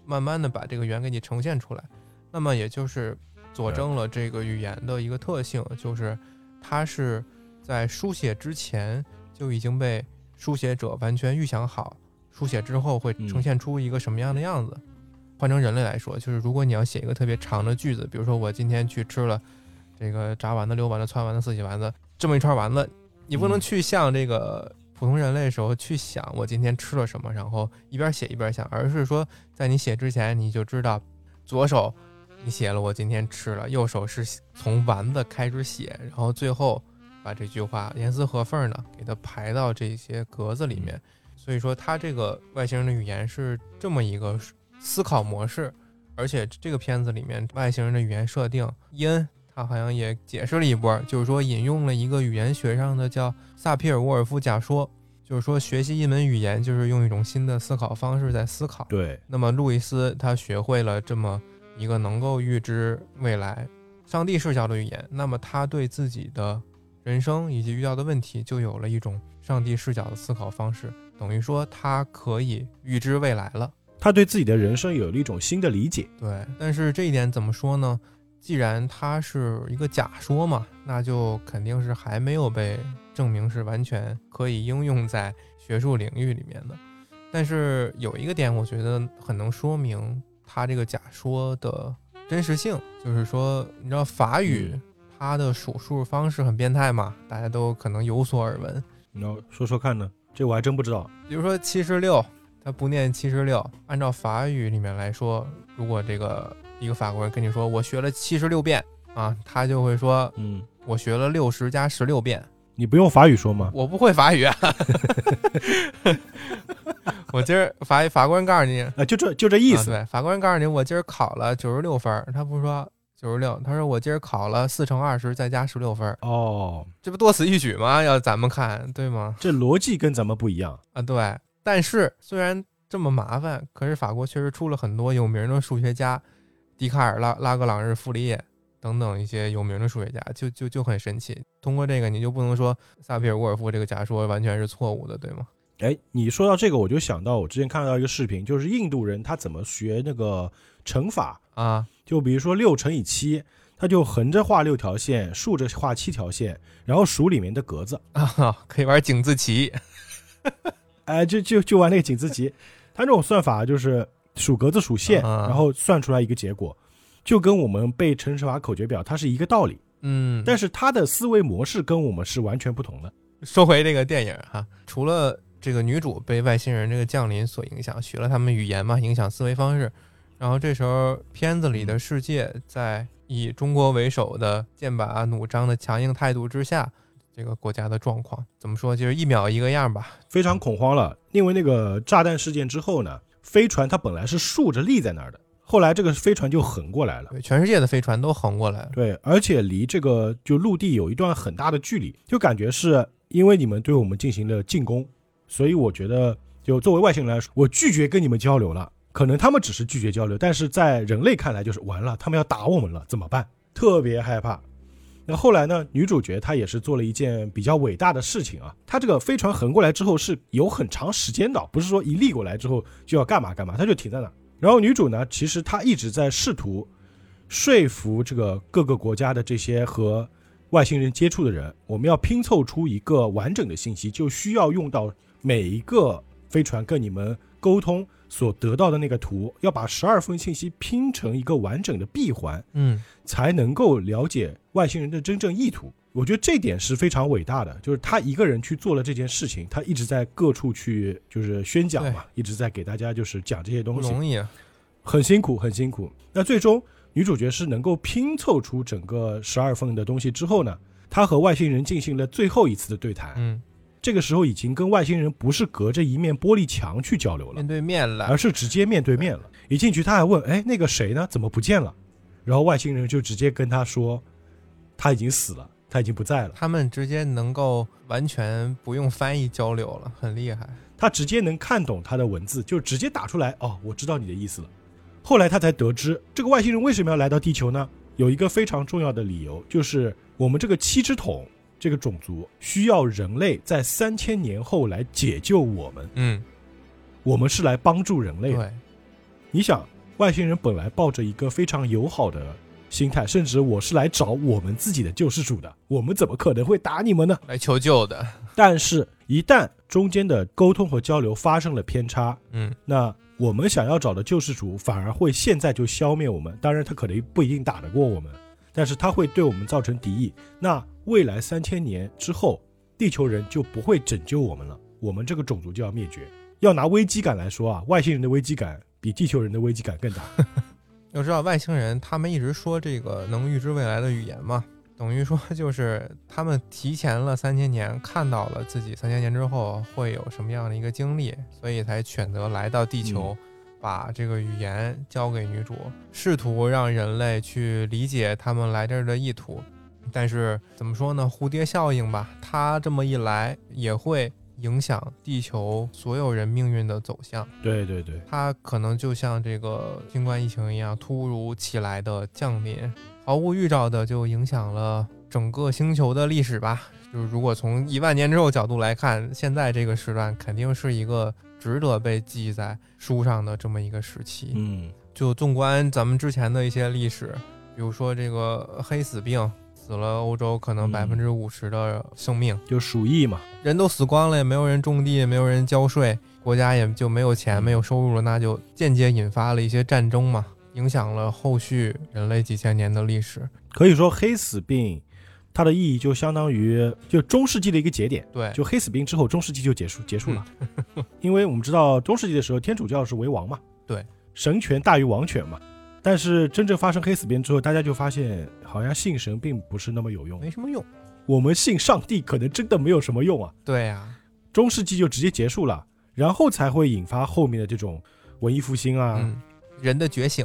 慢慢的把这个圆给你呈现出来。那么也就是佐证了这个语言的一个特性，就是它是在书写之前就已经被书写者完全预想好，书写之后会呈现出一个什么样的样子。换成人类来说，就是如果你要写一个特别长的句子，比如说我今天去吃了这个炸丸子、溜丸子、汆丸子、四喜丸子，这么一串丸子，你不能嗯去像这个普通人类的时候去想我今天吃了什么，然后一边写一边想，而是说在你写之前你就知道，左手你写了我今天吃了，右手是从丸子开始写，然后最后把这句话严丝合缝的给它排到这些格子里面。所以说，它这个外星人的语言是这么一个思考模式，而且这个片子里面外星人的语言设定，伊恩他好像也解释了一波，就是说引用了一个语言学上的叫萨皮尔沃尔夫假说，就是说学习一门语言就是用一种新的思考方式在思考。对，那么路易斯他学会了这么一个能够预知未来、上帝视角的语言，那么他对自己的人生以及遇到的问题就有了一种上帝视角的思考方式，等于说他可以预知未来了。他对自己的人生有了一种新的理解。对，但是这一点怎么说呢？既然它是一个假说嘛，那就肯定是还没有被证明是完全可以应用在学术领域里面的。但是有一个点，我觉得很能说明它这个假说的真实性，就是说，你知道法语嗯它的数数方式很变态嘛，大家都可能有所耳闻。你要说说看呢？这我还真不知道。比如说七十六，他不念七十六，按照法语里面来说，如果这个一个法国人跟你说我学了七十六遍啊，他就会说嗯，我学了六十加十六遍，你不用法语说吗？我不会法语、啊。 我今儿法法国人告诉你啊，就这就这意思。啊对，法国人告诉你我今儿考了九十六分儿，他不说九十六，他说我今儿考了四乘二十再加十六分儿，哦，这不多此一举吗？要咱们看对吗？这逻辑跟咱们不一样。啊，对。但是虽然这么麻烦，可是法国确实出了很多有名的数学家，笛卡尔、拉拉格朗日、傅立叶等等一些有名的数学家，就就就很神奇。通过这个，你就不能说萨皮尔沃尔夫这个假说完全是错误的，对吗？哎，你说到这个，我就想到我之前看到一个视频，就是印度人他怎么学那个乘法，啊， 就比如说六乘以七，他就横着画六条线，竖着画七条线，然后数里面的格子，啊可以玩井字棋，哎，就就就玩那 个井字棋。他这种算法就是数格子、数线，啊然后算出来一个结果，就跟我们背乘乘法口诀表它是一个道理，嗯，但是他的思维模式跟我们是完全不同的。说回这个电影哈、除了这个女主被外星人这个降临所影响，学了他们语言嘛，影响思维方式，然后这时候片子里的世界在以中国为首的剑拔弩张的强硬态度之下，这个国家的状况怎么说，就是一秒一个样吧。非常恐慌了，因为那个炸弹事件之后呢，飞船它本来是竖着立在那儿的，后来这个飞船就横过来了。对，全世界的飞船都横过来了。对，而且离这个就陆地有一段很大的距离，就感觉是因为你们对我们进行了进攻，所以我觉得就作为外星人来说，我拒绝跟你们交流了。可能他们只是拒绝交流，但是在人类看来就是完了，他们要打我们了，怎么办？特别害怕。那后来呢？女主角她也是做了一件比较伟大的事情啊。她这个飞船横过来之后是有很长时间的，不是说一立过来之后就要干嘛干嘛，她就停在那儿。然后女主呢，其实她一直在试图说服这个各个国家的这些和外星人接触的人，我们要拼凑出一个完整的信息，就需要用到每一个飞船跟你们沟通所得到的那个图，要把十二份信息拼成一个完整的闭环，嗯，才能够了解外星人的真正意图。我觉得这点是非常伟大的，就是他一个人去做了这件事情，他一直在各处去就是宣讲嘛，一直在给大家就是讲这些不东西，容易啊。很辛苦，很辛苦。那最终女主角是能够拼凑出整个十二份的东西之后呢，她和外星人进行了最后一次的对谈。嗯，这个时候已经跟外星人不是隔着一面玻璃墙去交流了面，对面了而，是直接面对面了。一进去他还问：“哎，那个谁呢？怎么不见了？”然后外星人就直接跟他说：“他已经死了，他已经不在了。”他们直接能够完全不用翻译交流了，很厉害。他直接能看懂他的文字，就直接打出来。哦，我知道你的意思了。后来他才得知，这个外星人为什么要来到地球呢？有一个非常重要的理由，就是我们这个七只桶这个种族需要人类在三千年后来解救我们，嗯，我们是来帮助人类的。对，你想，外星人本来抱着一个非常友好的心态，甚至我是来找我们自己的救世主的，我们怎么可能会打你们呢？来求救的。但是，一旦中间的沟通和交流发生了偏差，嗯，那我们想要找的救世主反而会现在就消灭我们。当然，他可能不一定打得过我们，但是他会对我们造成敌意。那未来三千年之后，地球人就不会拯救我们了，我们这个种族就要灭绝。要拿危机感来说啊，外星人的危机感比地球人的危机感更大。要知道外星人他们一直说这个能预知未来的语言嘛，等于说 就是他们提前了三千年看到了自己三千年之后会有什么样的一个经历，所以才选择来到地球，把这个语言交给女主，试图让人类去理解他们来这儿的意图。但是怎么说呢，蝴蝶效应吧，它这么一来也会影响地球所有人命运的走向。对对对，它可能就像这个新冠疫情一样突如其来的降临，毫无预兆的就影响了整个星球的历史吧。就是如果从一万年之后角度来看，现在这个时段肯定是一个值得被记在书上的这么一个时期。嗯，就纵观咱们之前的一些历史，比如说这个黑死病，死了欧洲可能嗯百分之五十的生命。就鼠疫嘛，人都死光了，也没有人种地，也没有人交税，国家也就没有嗯钱、没有收入了，那就间接引发了一些战争嘛，影响了后续人类几千年的历史。可以说黑死病，它的意义就相当于就中世纪的一个节点。对，就黑死病之后，中世纪就结束结束了，因为我们知道中世纪的时候，天主教是为王嘛，嗯对，神权大于王权嘛。但是真正发生黑死病之后，大家就发现好像信神并不是那么有用没，什么用。我们信上帝可能真的没有什么用啊。对呀、中世纪就直接结束了，然后才会引发后面的这种文艺复兴啊，嗯，人的觉醒，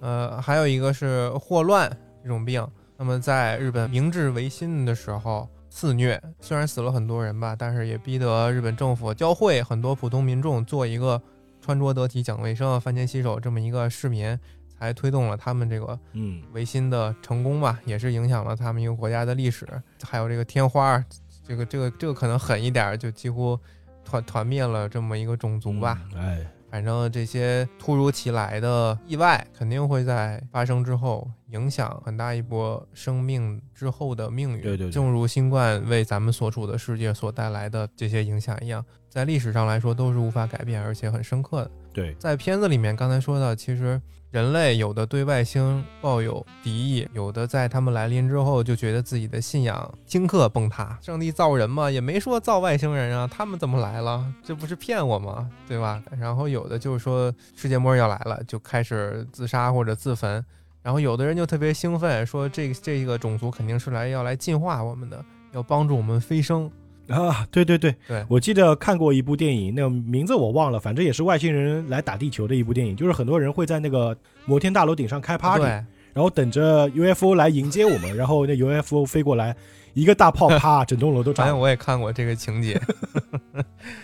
呃，还有一个是霍乱这种病。那么在日本明治维新的时候肆虐，虽然死了很多人吧，但是也逼得日本政府教会很多普通民众做一个穿着得体、讲卫生、饭前洗手这么一个市民，才推动了他们这个嗯维新的成功吧，也是影响了他们一个国家的历史。还有这个天花儿，这个这个这个可能狠一点儿，就几乎团团灭了这么一个种族吧。嗯哎，反正这些突如其来的意外，肯定会在发生之后影响很大一波生命之后的命运。对对对正如新冠为咱们所处的世界所带来的这些影响一样，在历史上来说都是无法改变，而且很深刻的。对，在片子里面刚才说到，其实人类有的对外星抱有敌意，有的在他们来临之后就觉得自己的信仰顷刻崩塌。上帝造人嘛，也没说造外星人啊，他们怎么来了？这不是骗我吗？对吧？然后有的就是说世界末日要来了，就开始自杀或者自焚。然后有的人就特别兴奋，说这这个种族肯定是来要来进化我们的，要帮助我们飞升。啊，对对对，对我记得看过一部电影，那个名字我忘了，反正也是外星人来打地球的一部电影，就是很多人会在那个摩天大楼顶上开 party，对，然后等着 UFO 来迎接我们，然后那 UFO 飞过来，一个大炮哎啪，整栋楼都反炸正了。我也看过这个情节。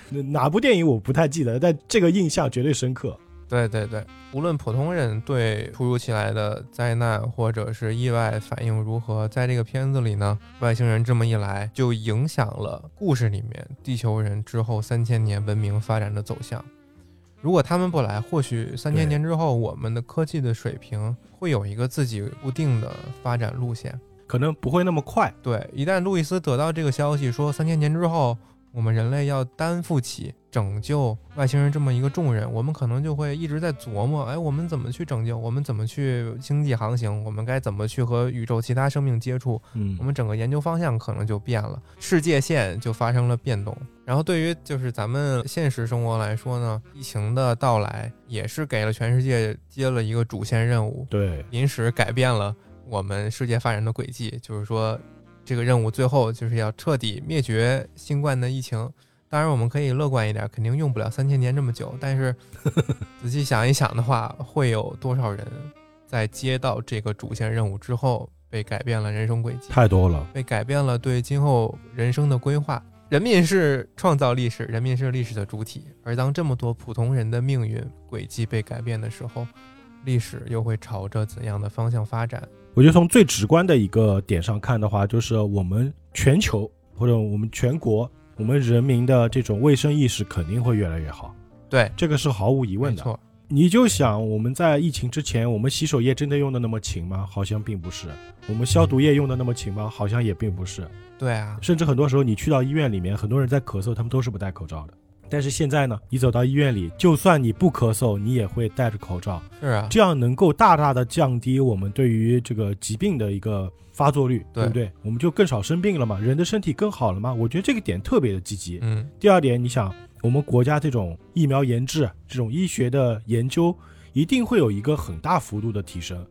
那哪部电影我不太记得，但这个印象绝对深刻。对对对，无论普通人对突如其来的灾难或者是意外反应如何，在这个片子里呢，外星人这么一来，就影响了故事里面地球人之后三千年文明发展的走向。如果他们不来，或许三千对年之后，我们的科技的水平会有一个自己固定的发展路线。可能不会那么快，对，一旦路易斯得到这个消息，说三千年之后我们人类要担负起拯救外星人这么一个重任，我们可能就会一直在琢磨，哎，我们怎么去拯救？我们怎么去星际航行？我们该怎么去和宇宙其他生命接触？嗯，我们整个研究方向可能就变了，世界线就发生了变动。然后对于就是咱们现实生活来说呢，疫情的到来也是给了全世界接了一个主线任务，对，临时改变了我们世界发展的轨迹，就是说这个任务最后就是要彻底灭绝新冠的疫情。当然，我们可以乐观一点，肯定用不了三千年这么久。但是仔细想一想的话，会有多少人在接到这个主线任务之后被改变了人生轨迹？太多了，被改变了对今后人生的规划。人民是创造历史，人民是历史的主体。而当这么多普通人的命运轨迹被改变的时候，历史又会朝着怎样的方向发展？我觉得从最直观的一个点上看的话，就是我们全球或者我们全国，我们人民的这种卫生意识肯定会越来越好，对，这个是毫无疑没问的。错，你就想我们在疫情之前，我们洗手液真的用的那么勤吗？好像并不是。我们消毒液用的那么勤吗？好像也并不是。对啊，甚至很多时候你去到医院里面，很多人在咳嗽，他们都是不戴口罩的。但是现在呢，你走到医院里，就算你不咳嗽，你也会戴着口罩，是啊，这样能够大大的降低我们对于这个疾病的一个发作率，对对不对？我们就更少生病了嘛，人的身体更好了嘛。我觉得这个点特别的积极。嗯，第二点，你想，我们国家这种疫苗研制、这种医学的研究，一定会有一个很大幅度的提升。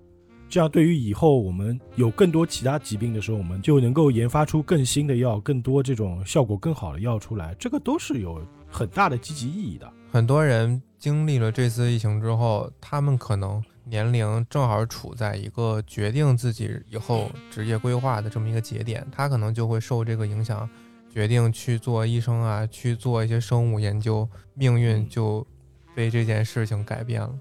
这样，对于以后我们有更多其他疾病的时候，我们就能够研发出更新的药、更多这种效果更好的药出来，这个都是有很大的积极意义的。很多人经历了这次疫情之后，他们可能年龄正好处在一个决定自己以后职业规划的这么一个节点，他可能就会受这个影响，决定去做医生啊，去做一些生物研究，命运就被这件事情改变了。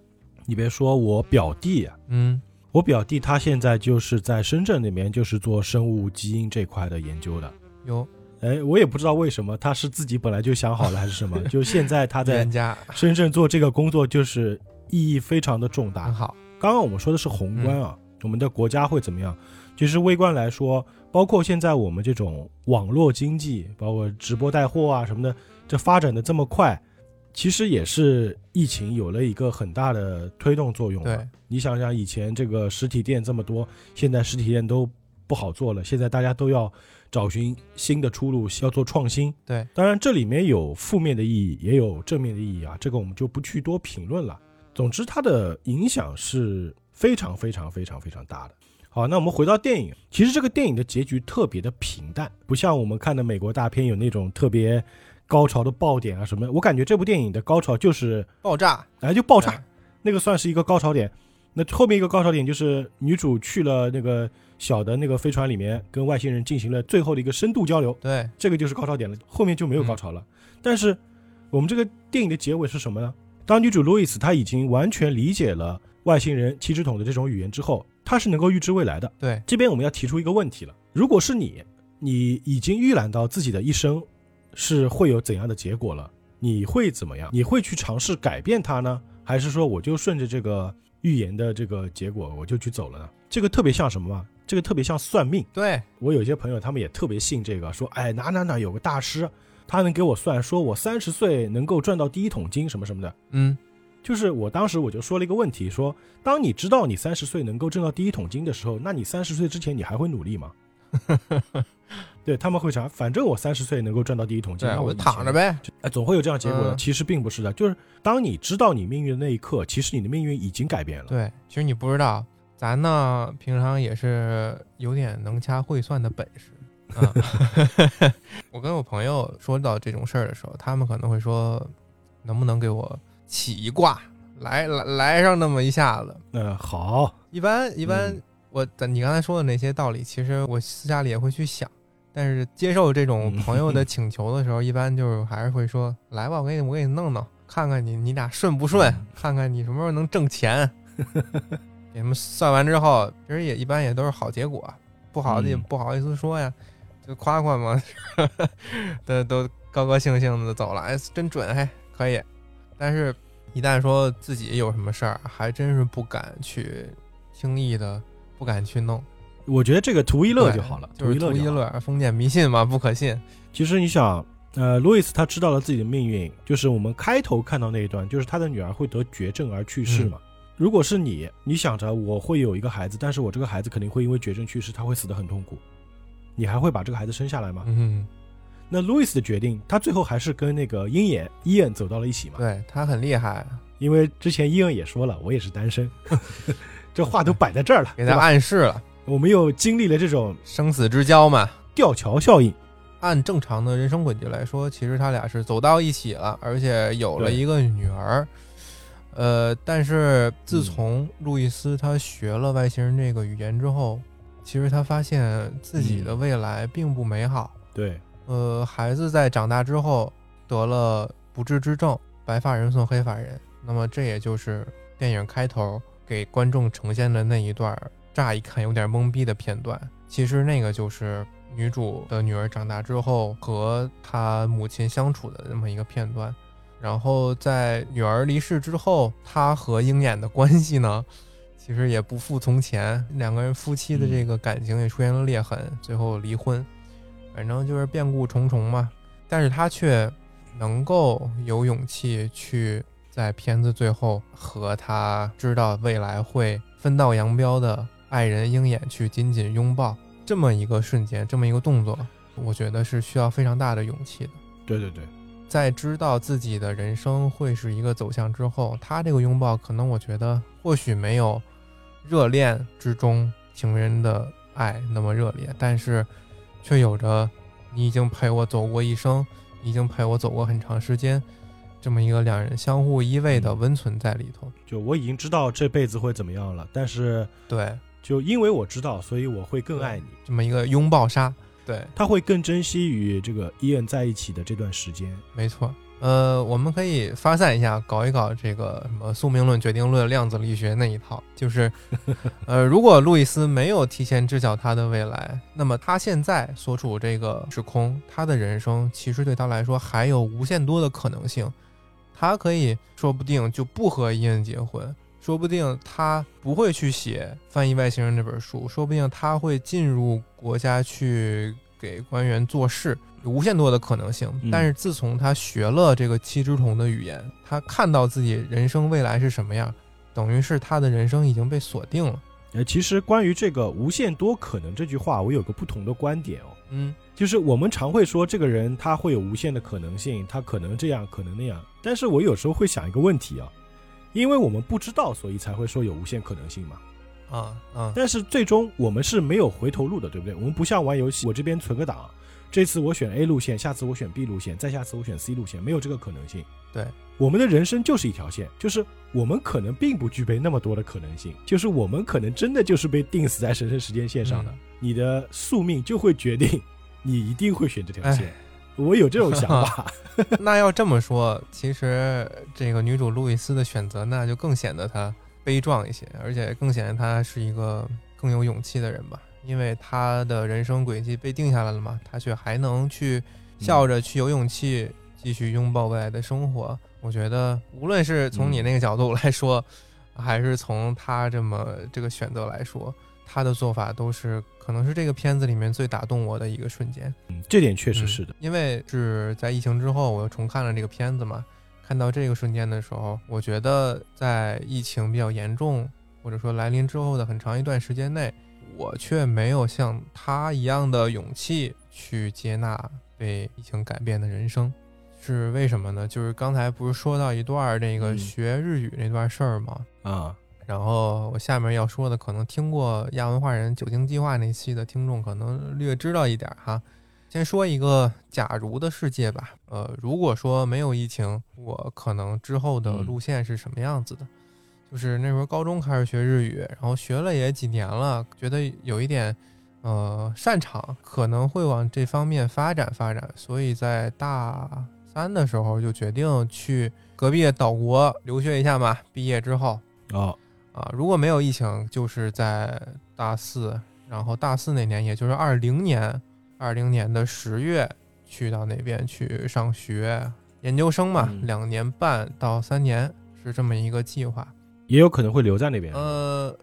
你别说我表弟啊，嗯，我表弟他现在就是在深圳那边，就是做生物基因这块的研究的。有哎，我也不知道为什么，他是自己本来就想好了还是什么？就现在他在人家深圳做这个工作就是意义非常的重很大。好，刚刚我们说的是宏观啊，我们的国家会怎么样？其实微观来说，包括现在我们这种网络经济，包括直播带货啊什么的，这发展的这么快，其实也是疫情有了一个很大的推动作用、啊。对，你想想，以前这个实体店这么多，现在实体店都不好做了，现在大家都要找寻新的出路，要做创新。对，当然这里面有负面的意义，也有正面的意义啊，这个我们就不去多评论了。总之，它的影响是非常非常非常非常大的。好，那我们回到电影，其实这个电影的结局特别的平淡，不像我们看的美国大片有那种特别高潮的爆点啊什么的。我感觉这部电影的高潮就是，爆炸，哎，就爆炸对，，那个算是一个高潮点。那后面一个高潮点就是女主去了那个小的那个飞船里面，跟外星人进行了最后的一个深度交流，对，这个就是高潮点了。后面就没有高潮了。但是我们这个电影的结尾是什么呢？当女主路易斯她已经完全理解了外星人七只桶的这种语言之后，她是能够预知未来的。对，这边我们要提出一个问题了：如果是你，你已经预览到自己的一生是会有怎样的结果了，你会怎么样？你会去尝试改变它呢，还是说我就顺着这个预言的这个结果我就去走了呢？这个特别像什么嘛？这个特别像算命。对，我有些朋友他们也特别信这个，说哎哪哪哪有个大师，他能给我算，说我三十岁能够赚到第一桶金什么什么的。嗯，就是我当时我就说了一个问题，说当你知道你三十岁能够挣到第一桶金的时候，那你三十岁之前你还会 努力吗？对他们会想，反正我三十岁能够赚到第一桶金，对，那我我就躺着。呗，哎，总会有这样结果的。嗯其实并不是的，就是当你知道你命运的那一刻，其实你的命运已经改变了。对，其实你不知道，咱呢平常也是有点能掐会算的本事。啊 我跟我朋友说到这种事儿的时候，他们可能会说，能不能给我起一卦，来来来上那么一下子。那、呃好，一般一般嗯我，咱你刚才说的那些道理，其实我私下里也会去想，但是接受这种嗯朋友的请求的时候，一般就是还是会说，来吧，我给你我给你弄弄，看看你你俩顺不顺嗯，看看你什么时候能挣钱。给他们算完之后，其实也一般也都是好结果，不好的也嗯不好意思说呀，就夸夸嘛， 都都高高兴兴的走了，哎，真准，嘿，可以。但是，一旦说自己有什么事儿，还真是不敢去轻易的，不敢去弄，我觉得这个图一乐就好了，对就是一乐图就一好了。乐，封建迷信嘛，不可信。其实你想，呃，路易斯他知道了自己的命运，就是我们开头看到那一段，就是他的女儿会得绝症而去世嘛。如果是你，你想着我会有一个孩子，但是我这个孩子肯定会因为绝症去世，他会死得很痛苦，你还会把这个孩子生下来吗？嗯，那路易斯的决定，他最后还是跟那个鹰眼伊恩走到了一起嘛。对他很厉害，因为之前伊恩也说了，我也是单身， 这话都摆在这儿了，给对他吧？暗示了我们又经历了这种生死之交嘛。吊桥效应，按正常的人生轨迹来说，其实他俩是走到一起了，而且有了对一个女儿。呃，但是自从路易斯他学了外星人这个语言之后，其实他发现自己的未来并不美好。对，呃，孩子在长大之后得了不治之症，白发人送黑发人。那么这也就是电影开头给观众呈现的那一段儿，乍一看有点懵逼的片段。其实那个就是女主的女儿长大之后和她母亲相处的那么一个片段。然后在女儿离世之后，她和鹰眼的关系呢，其实也不复从前，两个人夫妻的这个感情也出现了裂痕，最后离婚。反正就是变故重重嘛。但是他却能够有勇气去在片子最后和他知道未来会分道扬镳的爱人鹰眼去紧紧拥抱，这么一个瞬间，这么一个动作，我觉得是需要非常大的勇气的。对对对，在知道自己的人生会是一个走向之后，他这个拥抱，可能我觉得或许没有热恋之中情人的爱那么热烈，但是却有着你已经陪我走过一生，你已经陪我走过很长时间，这么一个两人相互依偎的温存在里头。就我已经知道这辈子会怎么样了，但是对，就因为我知道，所以我会更爱你。这么一个拥抱杀，对，他会更珍惜与这个伊恩在一起的这段时间。没错。呃，我们可以发散一下，搞一搞这个什么宿命论、决定论、量子力学那一套。就是，呃，如果路易斯没有提前知晓他的未来，那么他现在所处这个时空，他的人生其实对他来说还有无限多的可能性。他可以说不定就不和伊恩结婚，说不定他不会去写《翻译外星人》这本书，说不定他会进入国家去给官员做事，有无限多的可能性嗯。但是自从他学了这个七只虫的语言，他看到自己人生未来是什么样，等于是他的人生已经被锁定了。呃，其实关于这个“无限多可能”这句话，我有个不同的观点哦。嗯，就是我们常会说这个人他会有无限的可能性，他可能这样，可能那样。但是我有时候会想一个问题啊，因为我们不知道，所以才会说有无限可能性嘛。啊啊，但是最终我们是没有回头路的，对不对？我们不像玩游戏，我这边存个档，这次我选 A 路线，下次我选 B 路线，再下次我选 C 路线，没有这个可能性。对，我们的人生就是一条线，就是我们可能并不具备那么多的可能性，就是我们可能真的就是被定死在神圣时间线上的，嗯你的宿命就会决定你一定会选这条哎线。我有这种想法，那要这么说，其实这个女主路易斯的选择，那就更显得她悲壮一些，而且更显得她是一个更有勇气的人吧，因为她的人生轨迹被定下来了嘛，她却还能去 嗯笑着去有勇气继续拥抱未来的生活。我觉得，无论是从你那个角度来说，还是从她这么这个选择来说，她的做法都是可能是这个片子里面最打动我的一个瞬间。嗯，这点确实是的。嗯因为是在疫情之后，我又重看了这个片子嘛，看到这个瞬间的时候，我觉得在疫情比较严重或者说来临之后的很长一段时间内，我却没有像他一样的勇气去接纳被疫情改变的人生。是为什么呢？就是刚才不是说到一段儿那个嗯学日语那段事儿吗？啊，然后我下面要说的，可能听过亚文化人酒精计划那期的听众，可能略知道一点儿哈。先说一个假如的世界吧，呃，如果说没有疫情，我可能之后的嗯路线是什么样子的？就是那时候高中开始学日语，然后学了也几年了，觉得有一点呃擅长，可能会往这方面发展发展，所以在大三的时候就决定去隔壁的岛国留学一下嘛。毕业之后，哦，啊，如果没有疫情，就是在大四，然后大四那年，也就是二零年，二零年的十月去到那边去上学，研究生嘛，嗯两年半到三年是这么一个计划。也有可能会留在那边，呃，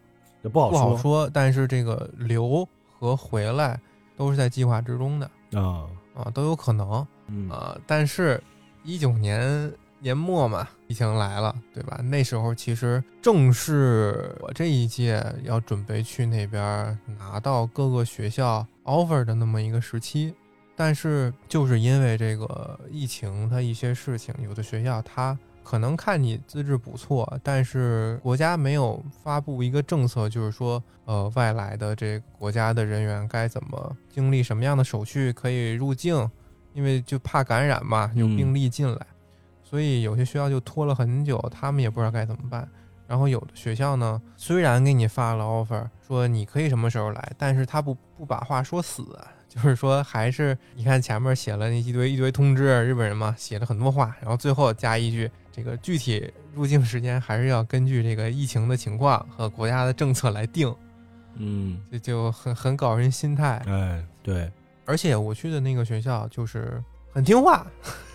也不好不好说说，但是这个留和回来都是在计划之中的啊。啊，都有可能。嗯啊、但是，一九年年末嘛，疫情来了，对吧？那时候其实正是我这一届要准备去那边拿到各个学校 offer 的那么一个时期。但是，就是因为这个疫情，它一些事情，有的学校它可能看你资质不错，但是国家没有发布一个政策，就是说，呃，外来的这个国家的人员该怎么经历什么样的手续可以入境，因为就怕感染嘛，有嗯病例进来，所以有些学校就拖了很久，他们也不知道该怎么办。然后有的学校呢，虽然给你发了 offer，说你可以什么时候来，但是他不不把话说死，就是说还是你看前面写了一堆一堆通知，日本人嘛写了很多话，然后最后加一句，这个具体入境时间还是要根据这个疫情的情况和国家的政策来定，嗯，这就很很搞人心态。哎，对，而且我去的那个学校就是很听话，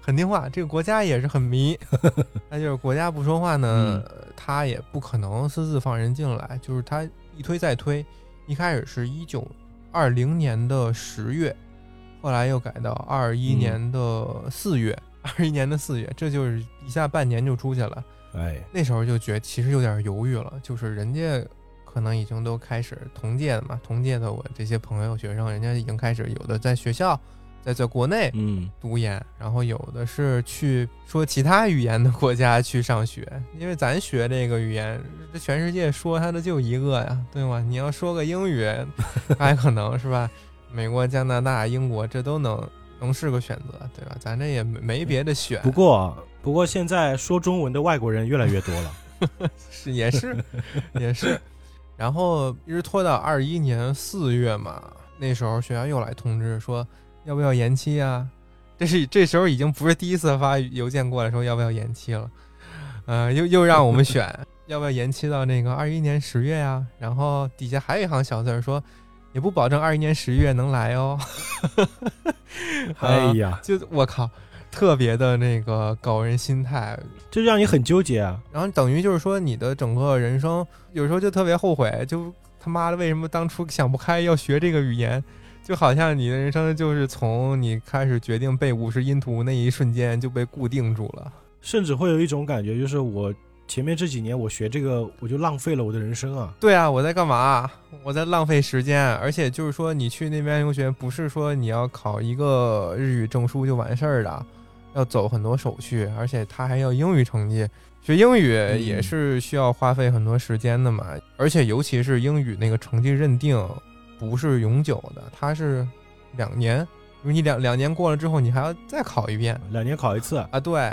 很听话。这个国家也是很迷，那就是国家不说话呢，他也不可能私自放人进来，就是他一推再推。一开始是一九二零年的十月，后来又改到二一嗯年的四月，二一、年的四月，这就是一下半年就出去了。哎，那时候就觉得其实有点犹豫了，就是人家可能已经都开始同届的嘛，同届的我这些朋友学生，人家已经开始有的在学校，在在国内嗯读研，然后有的是去说其他语言的国家去上学，因为咱学这个语言，这全世界说它的就一个呀，对吗？你要说个英语，还可能是吧？美国、加拿大、英国这都能能是个选择，对吧？咱这也没没别的选，不过啊不过现在说中文的外国人越来越多 了，是也是也是，然后一直拖到二一年四月嘛，那时候学校又来通知说要不要延期啊？这是这时候已经不是第一次发邮件过来说要不要延期了，呃，又又让我们选要不要延期到那个二一年十月呀、然后底下还有一行小字儿说，也不保证二一年十月能来哦。 哎呀，就我靠，特别的那个搞人心态，这让你很纠结啊，然后等于就是说，你的整个人生有时候就特别后悔，就他妈的为什么当初想不开要学这个语言，就好像你的人生就是从你开始决定背五十音图那一瞬间就被固定住了。甚至会有一种感觉，就是我前面这几年我学这个，我就浪费了我的人生啊。对啊，我在干嘛？我在浪费时间，而且就是说，你去那边留学不是说你要考一个日语证书就完事儿的，要走很多手续，而且他还要英语成绩。学英语也是需要花费很多时间的嘛，而且尤其是英语那个成绩认定不是永久的，它是两年，因为你两两年过了之后，你还要再考一遍两年考一次，啊，对，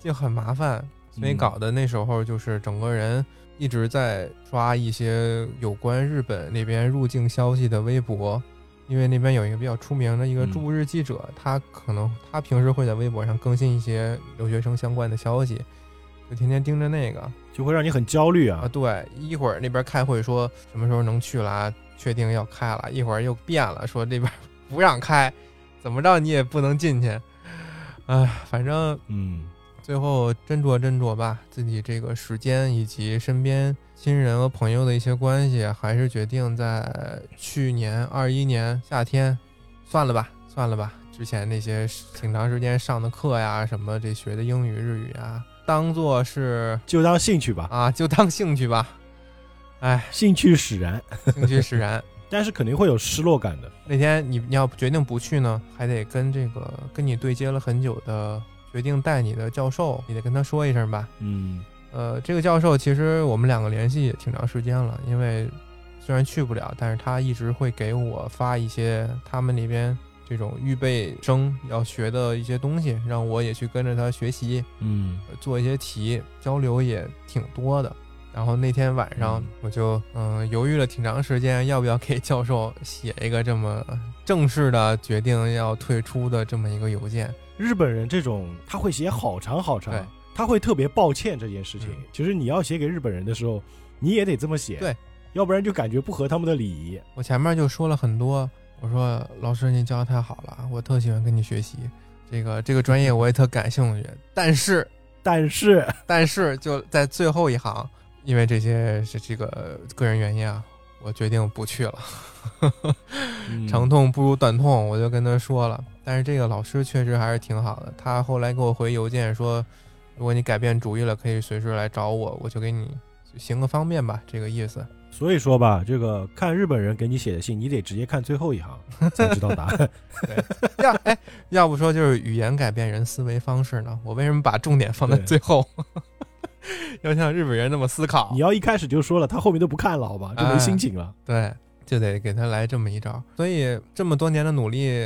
就很麻烦。所以嗯搞得那时候就是整个人一直在刷一些有关日本那边入境消息的微博，因为那边有一个比较出名的一个嗯驻日记者，他可能他平时会在微博上更新一些留学生相关的消息，就天天盯着那个就会让你很焦虑啊。啊。对，一会儿那边开会说什么时候能去了啊，确定要开了，一会儿又 变了，说这边不让开，怎么着你也不能进去。哎，反正嗯，最后斟酌斟酌吧，自己这个时间以及身边亲人和朋友的一些关系，还是决定在去年二一年夏天，算了吧，算了吧。之前那些挺长时间上的课呀，什么这学的英语、日语啊，当做是就当兴趣吧，啊，就当兴趣吧。哎，兴趣使然，兴趣使然。但是肯定会有失落感的。那天你你要决定不去呢，还得跟这个跟你对接了很久的决定带你的教授，你得跟他说一声吧。嗯呃，这个教授其实我们两个联系也挺长时间了，因为虽然去不了，但是他一直会给我发一些他们那边这种预备生要学的一些东西，让我也去跟着他学习，嗯，呃做一些题，交流也挺多的。然后那天晚上嗯我就嗯、犹豫了挺长时间，要不要给教授写一个这么正式的决定要退出的这么一个邮件。日本人这种他会写好长好长对，他会特别抱歉这件事情嗯。其实你要写给日本人的时候，你也得这么写，对，要不然就感觉不合他们的礼仪。我前面就说了很多，我说老师你教的太好了，我特喜欢跟你学习，这个这个专业我也特感兴趣。但是但是，但是就在最后一行，因为这些是这个个人原因啊，我我决定不去了。嗯长痛不如短痛，我就跟他说了。但是这个老师确实还是挺好的，他后来给我回邮件说，如果你改变主意了，可以随时来找我，我就给你行个方便吧，这个意思。所以说吧，这个看日本人给你写的信，你得直接看最后 一行才知道答案。要哎，要不说就是语言改变人思维方式呢？我为什么把重点放在对最后？ 要像日本人那么思考你，要一开始就说了，他后面都不看了，好吧，哎就没心情了。对，就得给他来这么一招。所以这么多年的努力，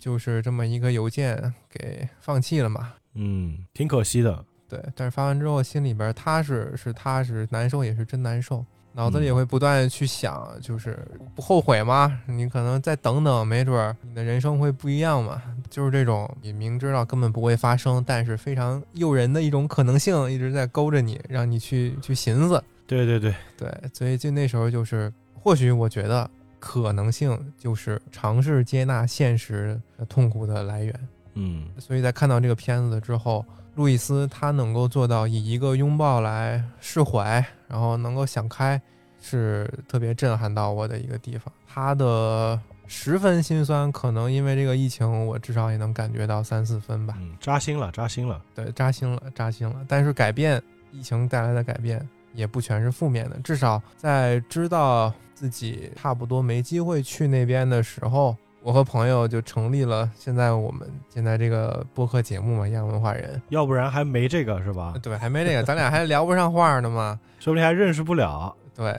就是这么一个邮件给放弃了嘛。嗯，挺可惜的。对，但是发完之后心里边踏实是踏实，难受也是真难受，脑子里也会不断地去想，就是不后悔吗？你可能再等等，没准儿你的人生会不一样嘛。就是这种你明知道根本不会发生，但是非常诱人的一种可能性，一直在勾着你，让你去去寻思。对对对，对，所以就那时候就是，或许我觉得可能性就是尝试接纳现实的痛苦的来源。嗯，所以在看到这个片子之后，路易斯他能够做到以一个拥抱来释怀，然后能够想开，是特别震撼到我的一个地方。他的十分心酸，可能因为这个疫情，我至少也能感觉到三四分吧。嗯，扎心了，扎心了。对，扎心了，扎心了。但是改变，疫情带来的改变也不全是负面的，至少在知道自己差不多没机会去那边的时候，我和朋友就成立了现在我们现在这个播客节目嘛，亚文化人。要不然还没这个是吧？对，还没这个，咱俩还聊不上话呢嘛。说不定还认识不了。 对，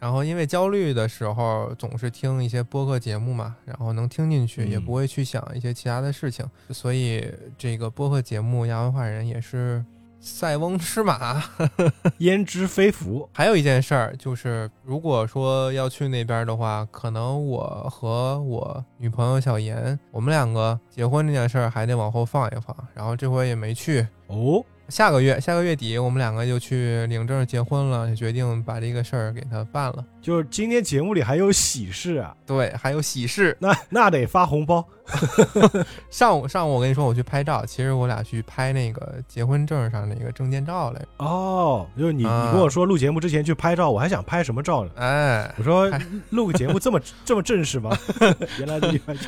然后因为焦虑的时候总是听一些播客节目嘛，然后能听进去，也嗯不会去想一些其他的事情，所以这个播客节目《亚文化人》也是塞翁失马。焉知非福？还有一件事儿就是，如果说要去那边的话，可能我和我女朋友小妍，我们两个结婚这件事儿还得往后放一放，然后这回也没去，哦，下个月，下个月底我们两个就去领证结婚了，就决定把这个事儿给他办了。就是今天节目里还有喜事啊， 对，还有喜事。那那得发红包。上午上午我跟你说我去拍照，其实我俩去拍那个结婚证上那个证件照来着。哦，就是你，啊你跟我说录节目之前去拍照，我还想拍什么照呢？哎，我说拍 录个节目这么这么正式吗？原来你拍照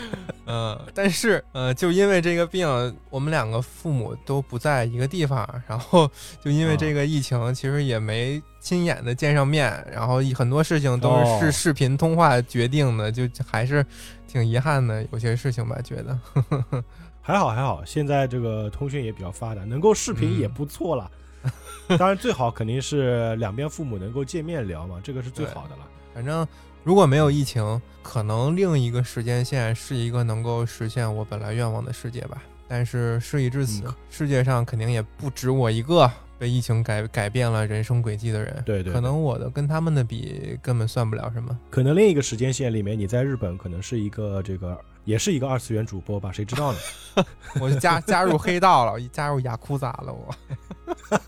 嗯，但是呃，就因为这个病，我们两个父母都不在一个地方， 然后就因为这个疫情，其实也没亲眼的见上面，然后很多事情都哦是视视频通话决定的，就还是挺遗憾的，有些事情吧，觉得。 还好还好，现在这个通讯也比较发达，能够视频也不错了。当然最好肯定是两边父母能够见面聊嘛，这个是最好的了。反正如果没有疫情，可能另一个时间线是一个能够实现我本来愿望的世界吧。但是事已至此，嗯世界上肯定也不止我一个被疫情改改变了人生轨迹的人。对对可能我的跟他们的比，根本算不了什么。可能另一个时间线里面，你在日本可能是一个这个也是一个二次元主播吧，谁知道呢？我就加 加入黑道了，加入雅库扎了，我。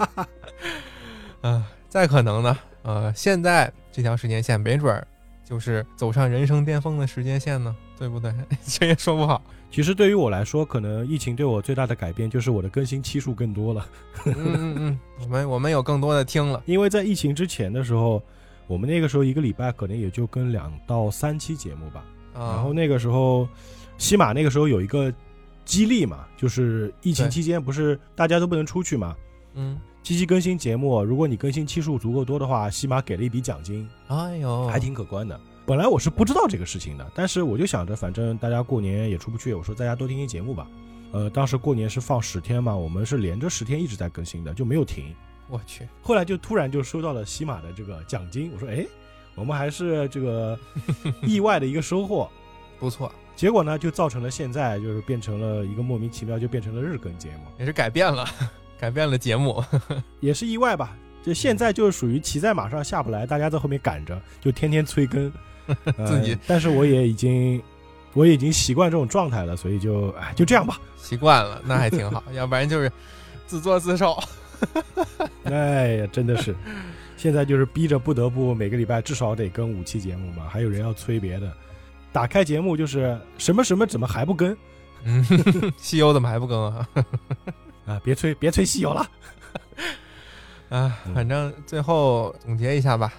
啊，再可能呢？呃，现在这条时间线没准儿就是走上人生巅峰的时间线呢，对不对？ 谁也说不好。其实对于我来说，可能疫情对我最大的改变就是我的更新期数更多了。 嗯嗯嗯， 我们我们有更多的听了，因为在疫情之前的时候，我们那个时候一个礼拜可能也就更两到三期节目吧。啊、然后那个时候，西马那个时候有一个激励嘛，就是疫情对期间不是大家都不能出去嘛，嗯，积极更新节目。哦如果你更新期数足够多的话，西马给了一笔奖金，哎呦，还挺可观的。本来我是不知道这个事情的，但是我就想着，反正大家过年也出不去，我说大家多听听节目吧。呃，当时过年是放十天嘛，我们是连着十天一直在更新的，就没有停。我去，后来就突然就收到了西马的这个奖金，我说，哎，我们还是这个意外的一个收获。不错，结果呢，就造成了现在就是变成了一个莫名其妙就变成了日更节目，也是改变了，改变了节目，也是意外吧。就现在就是属于骑在马上下不来，大家在后面赶着，就天天 催更。呃自己，但是我也已经，我也已经习惯这种状态了，所以就哎就这 样吧。习惯了，那还 挺好，要不然就是自作自受。 哎呀，真的是，现在就是逼着不得不每个礼拜至少得更五期节目嘛，还有人要催别的。打开节目就是什么什么怎么还不更嗯，西游怎么还不更啊？啊？别催，别催西游了。啊，反正最后总结一下吧，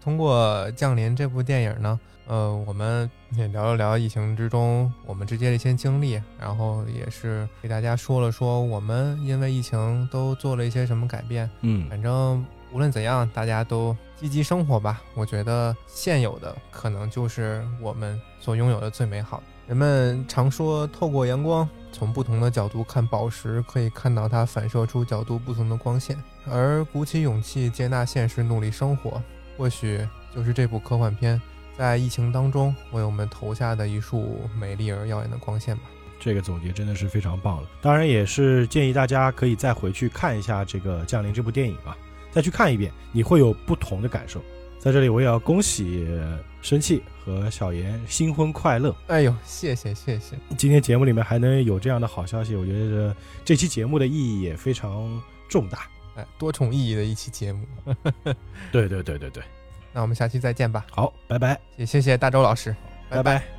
通过《降临》这部电影呢，呃，我们也聊了聊疫情之中我们之间的一些经历，然后也是给大家说了说我们因为疫情都做了一些什么改变。嗯反正无论怎样，大家都积极生活吧。我觉得现有的可能就是我们所拥有的最美好。人们常说，透过阳光，从不同的角度看宝石，可以看到它反射出角度不同的光线。而鼓起勇气接纳现实，努力生活，或许就是这部科幻片在疫情当中为我们投下的一束美丽而耀眼的光线吧。这个总结真的是非常棒了。当然，也是建议大家可以再回去看一下这个《降临》这部电影啊，再去看一遍，你会有不同的感受。在这里，我也要恭喜呃生气和小严新婚快乐。哎呦，谢谢谢谢，今天节目里面还能有这样的好消息，我觉得这期节目的意义也非常重大。哎，多重意义的一期节目。对对对对对，那我们下期再见吧，好，拜拜，也谢谢大周老师。拜拜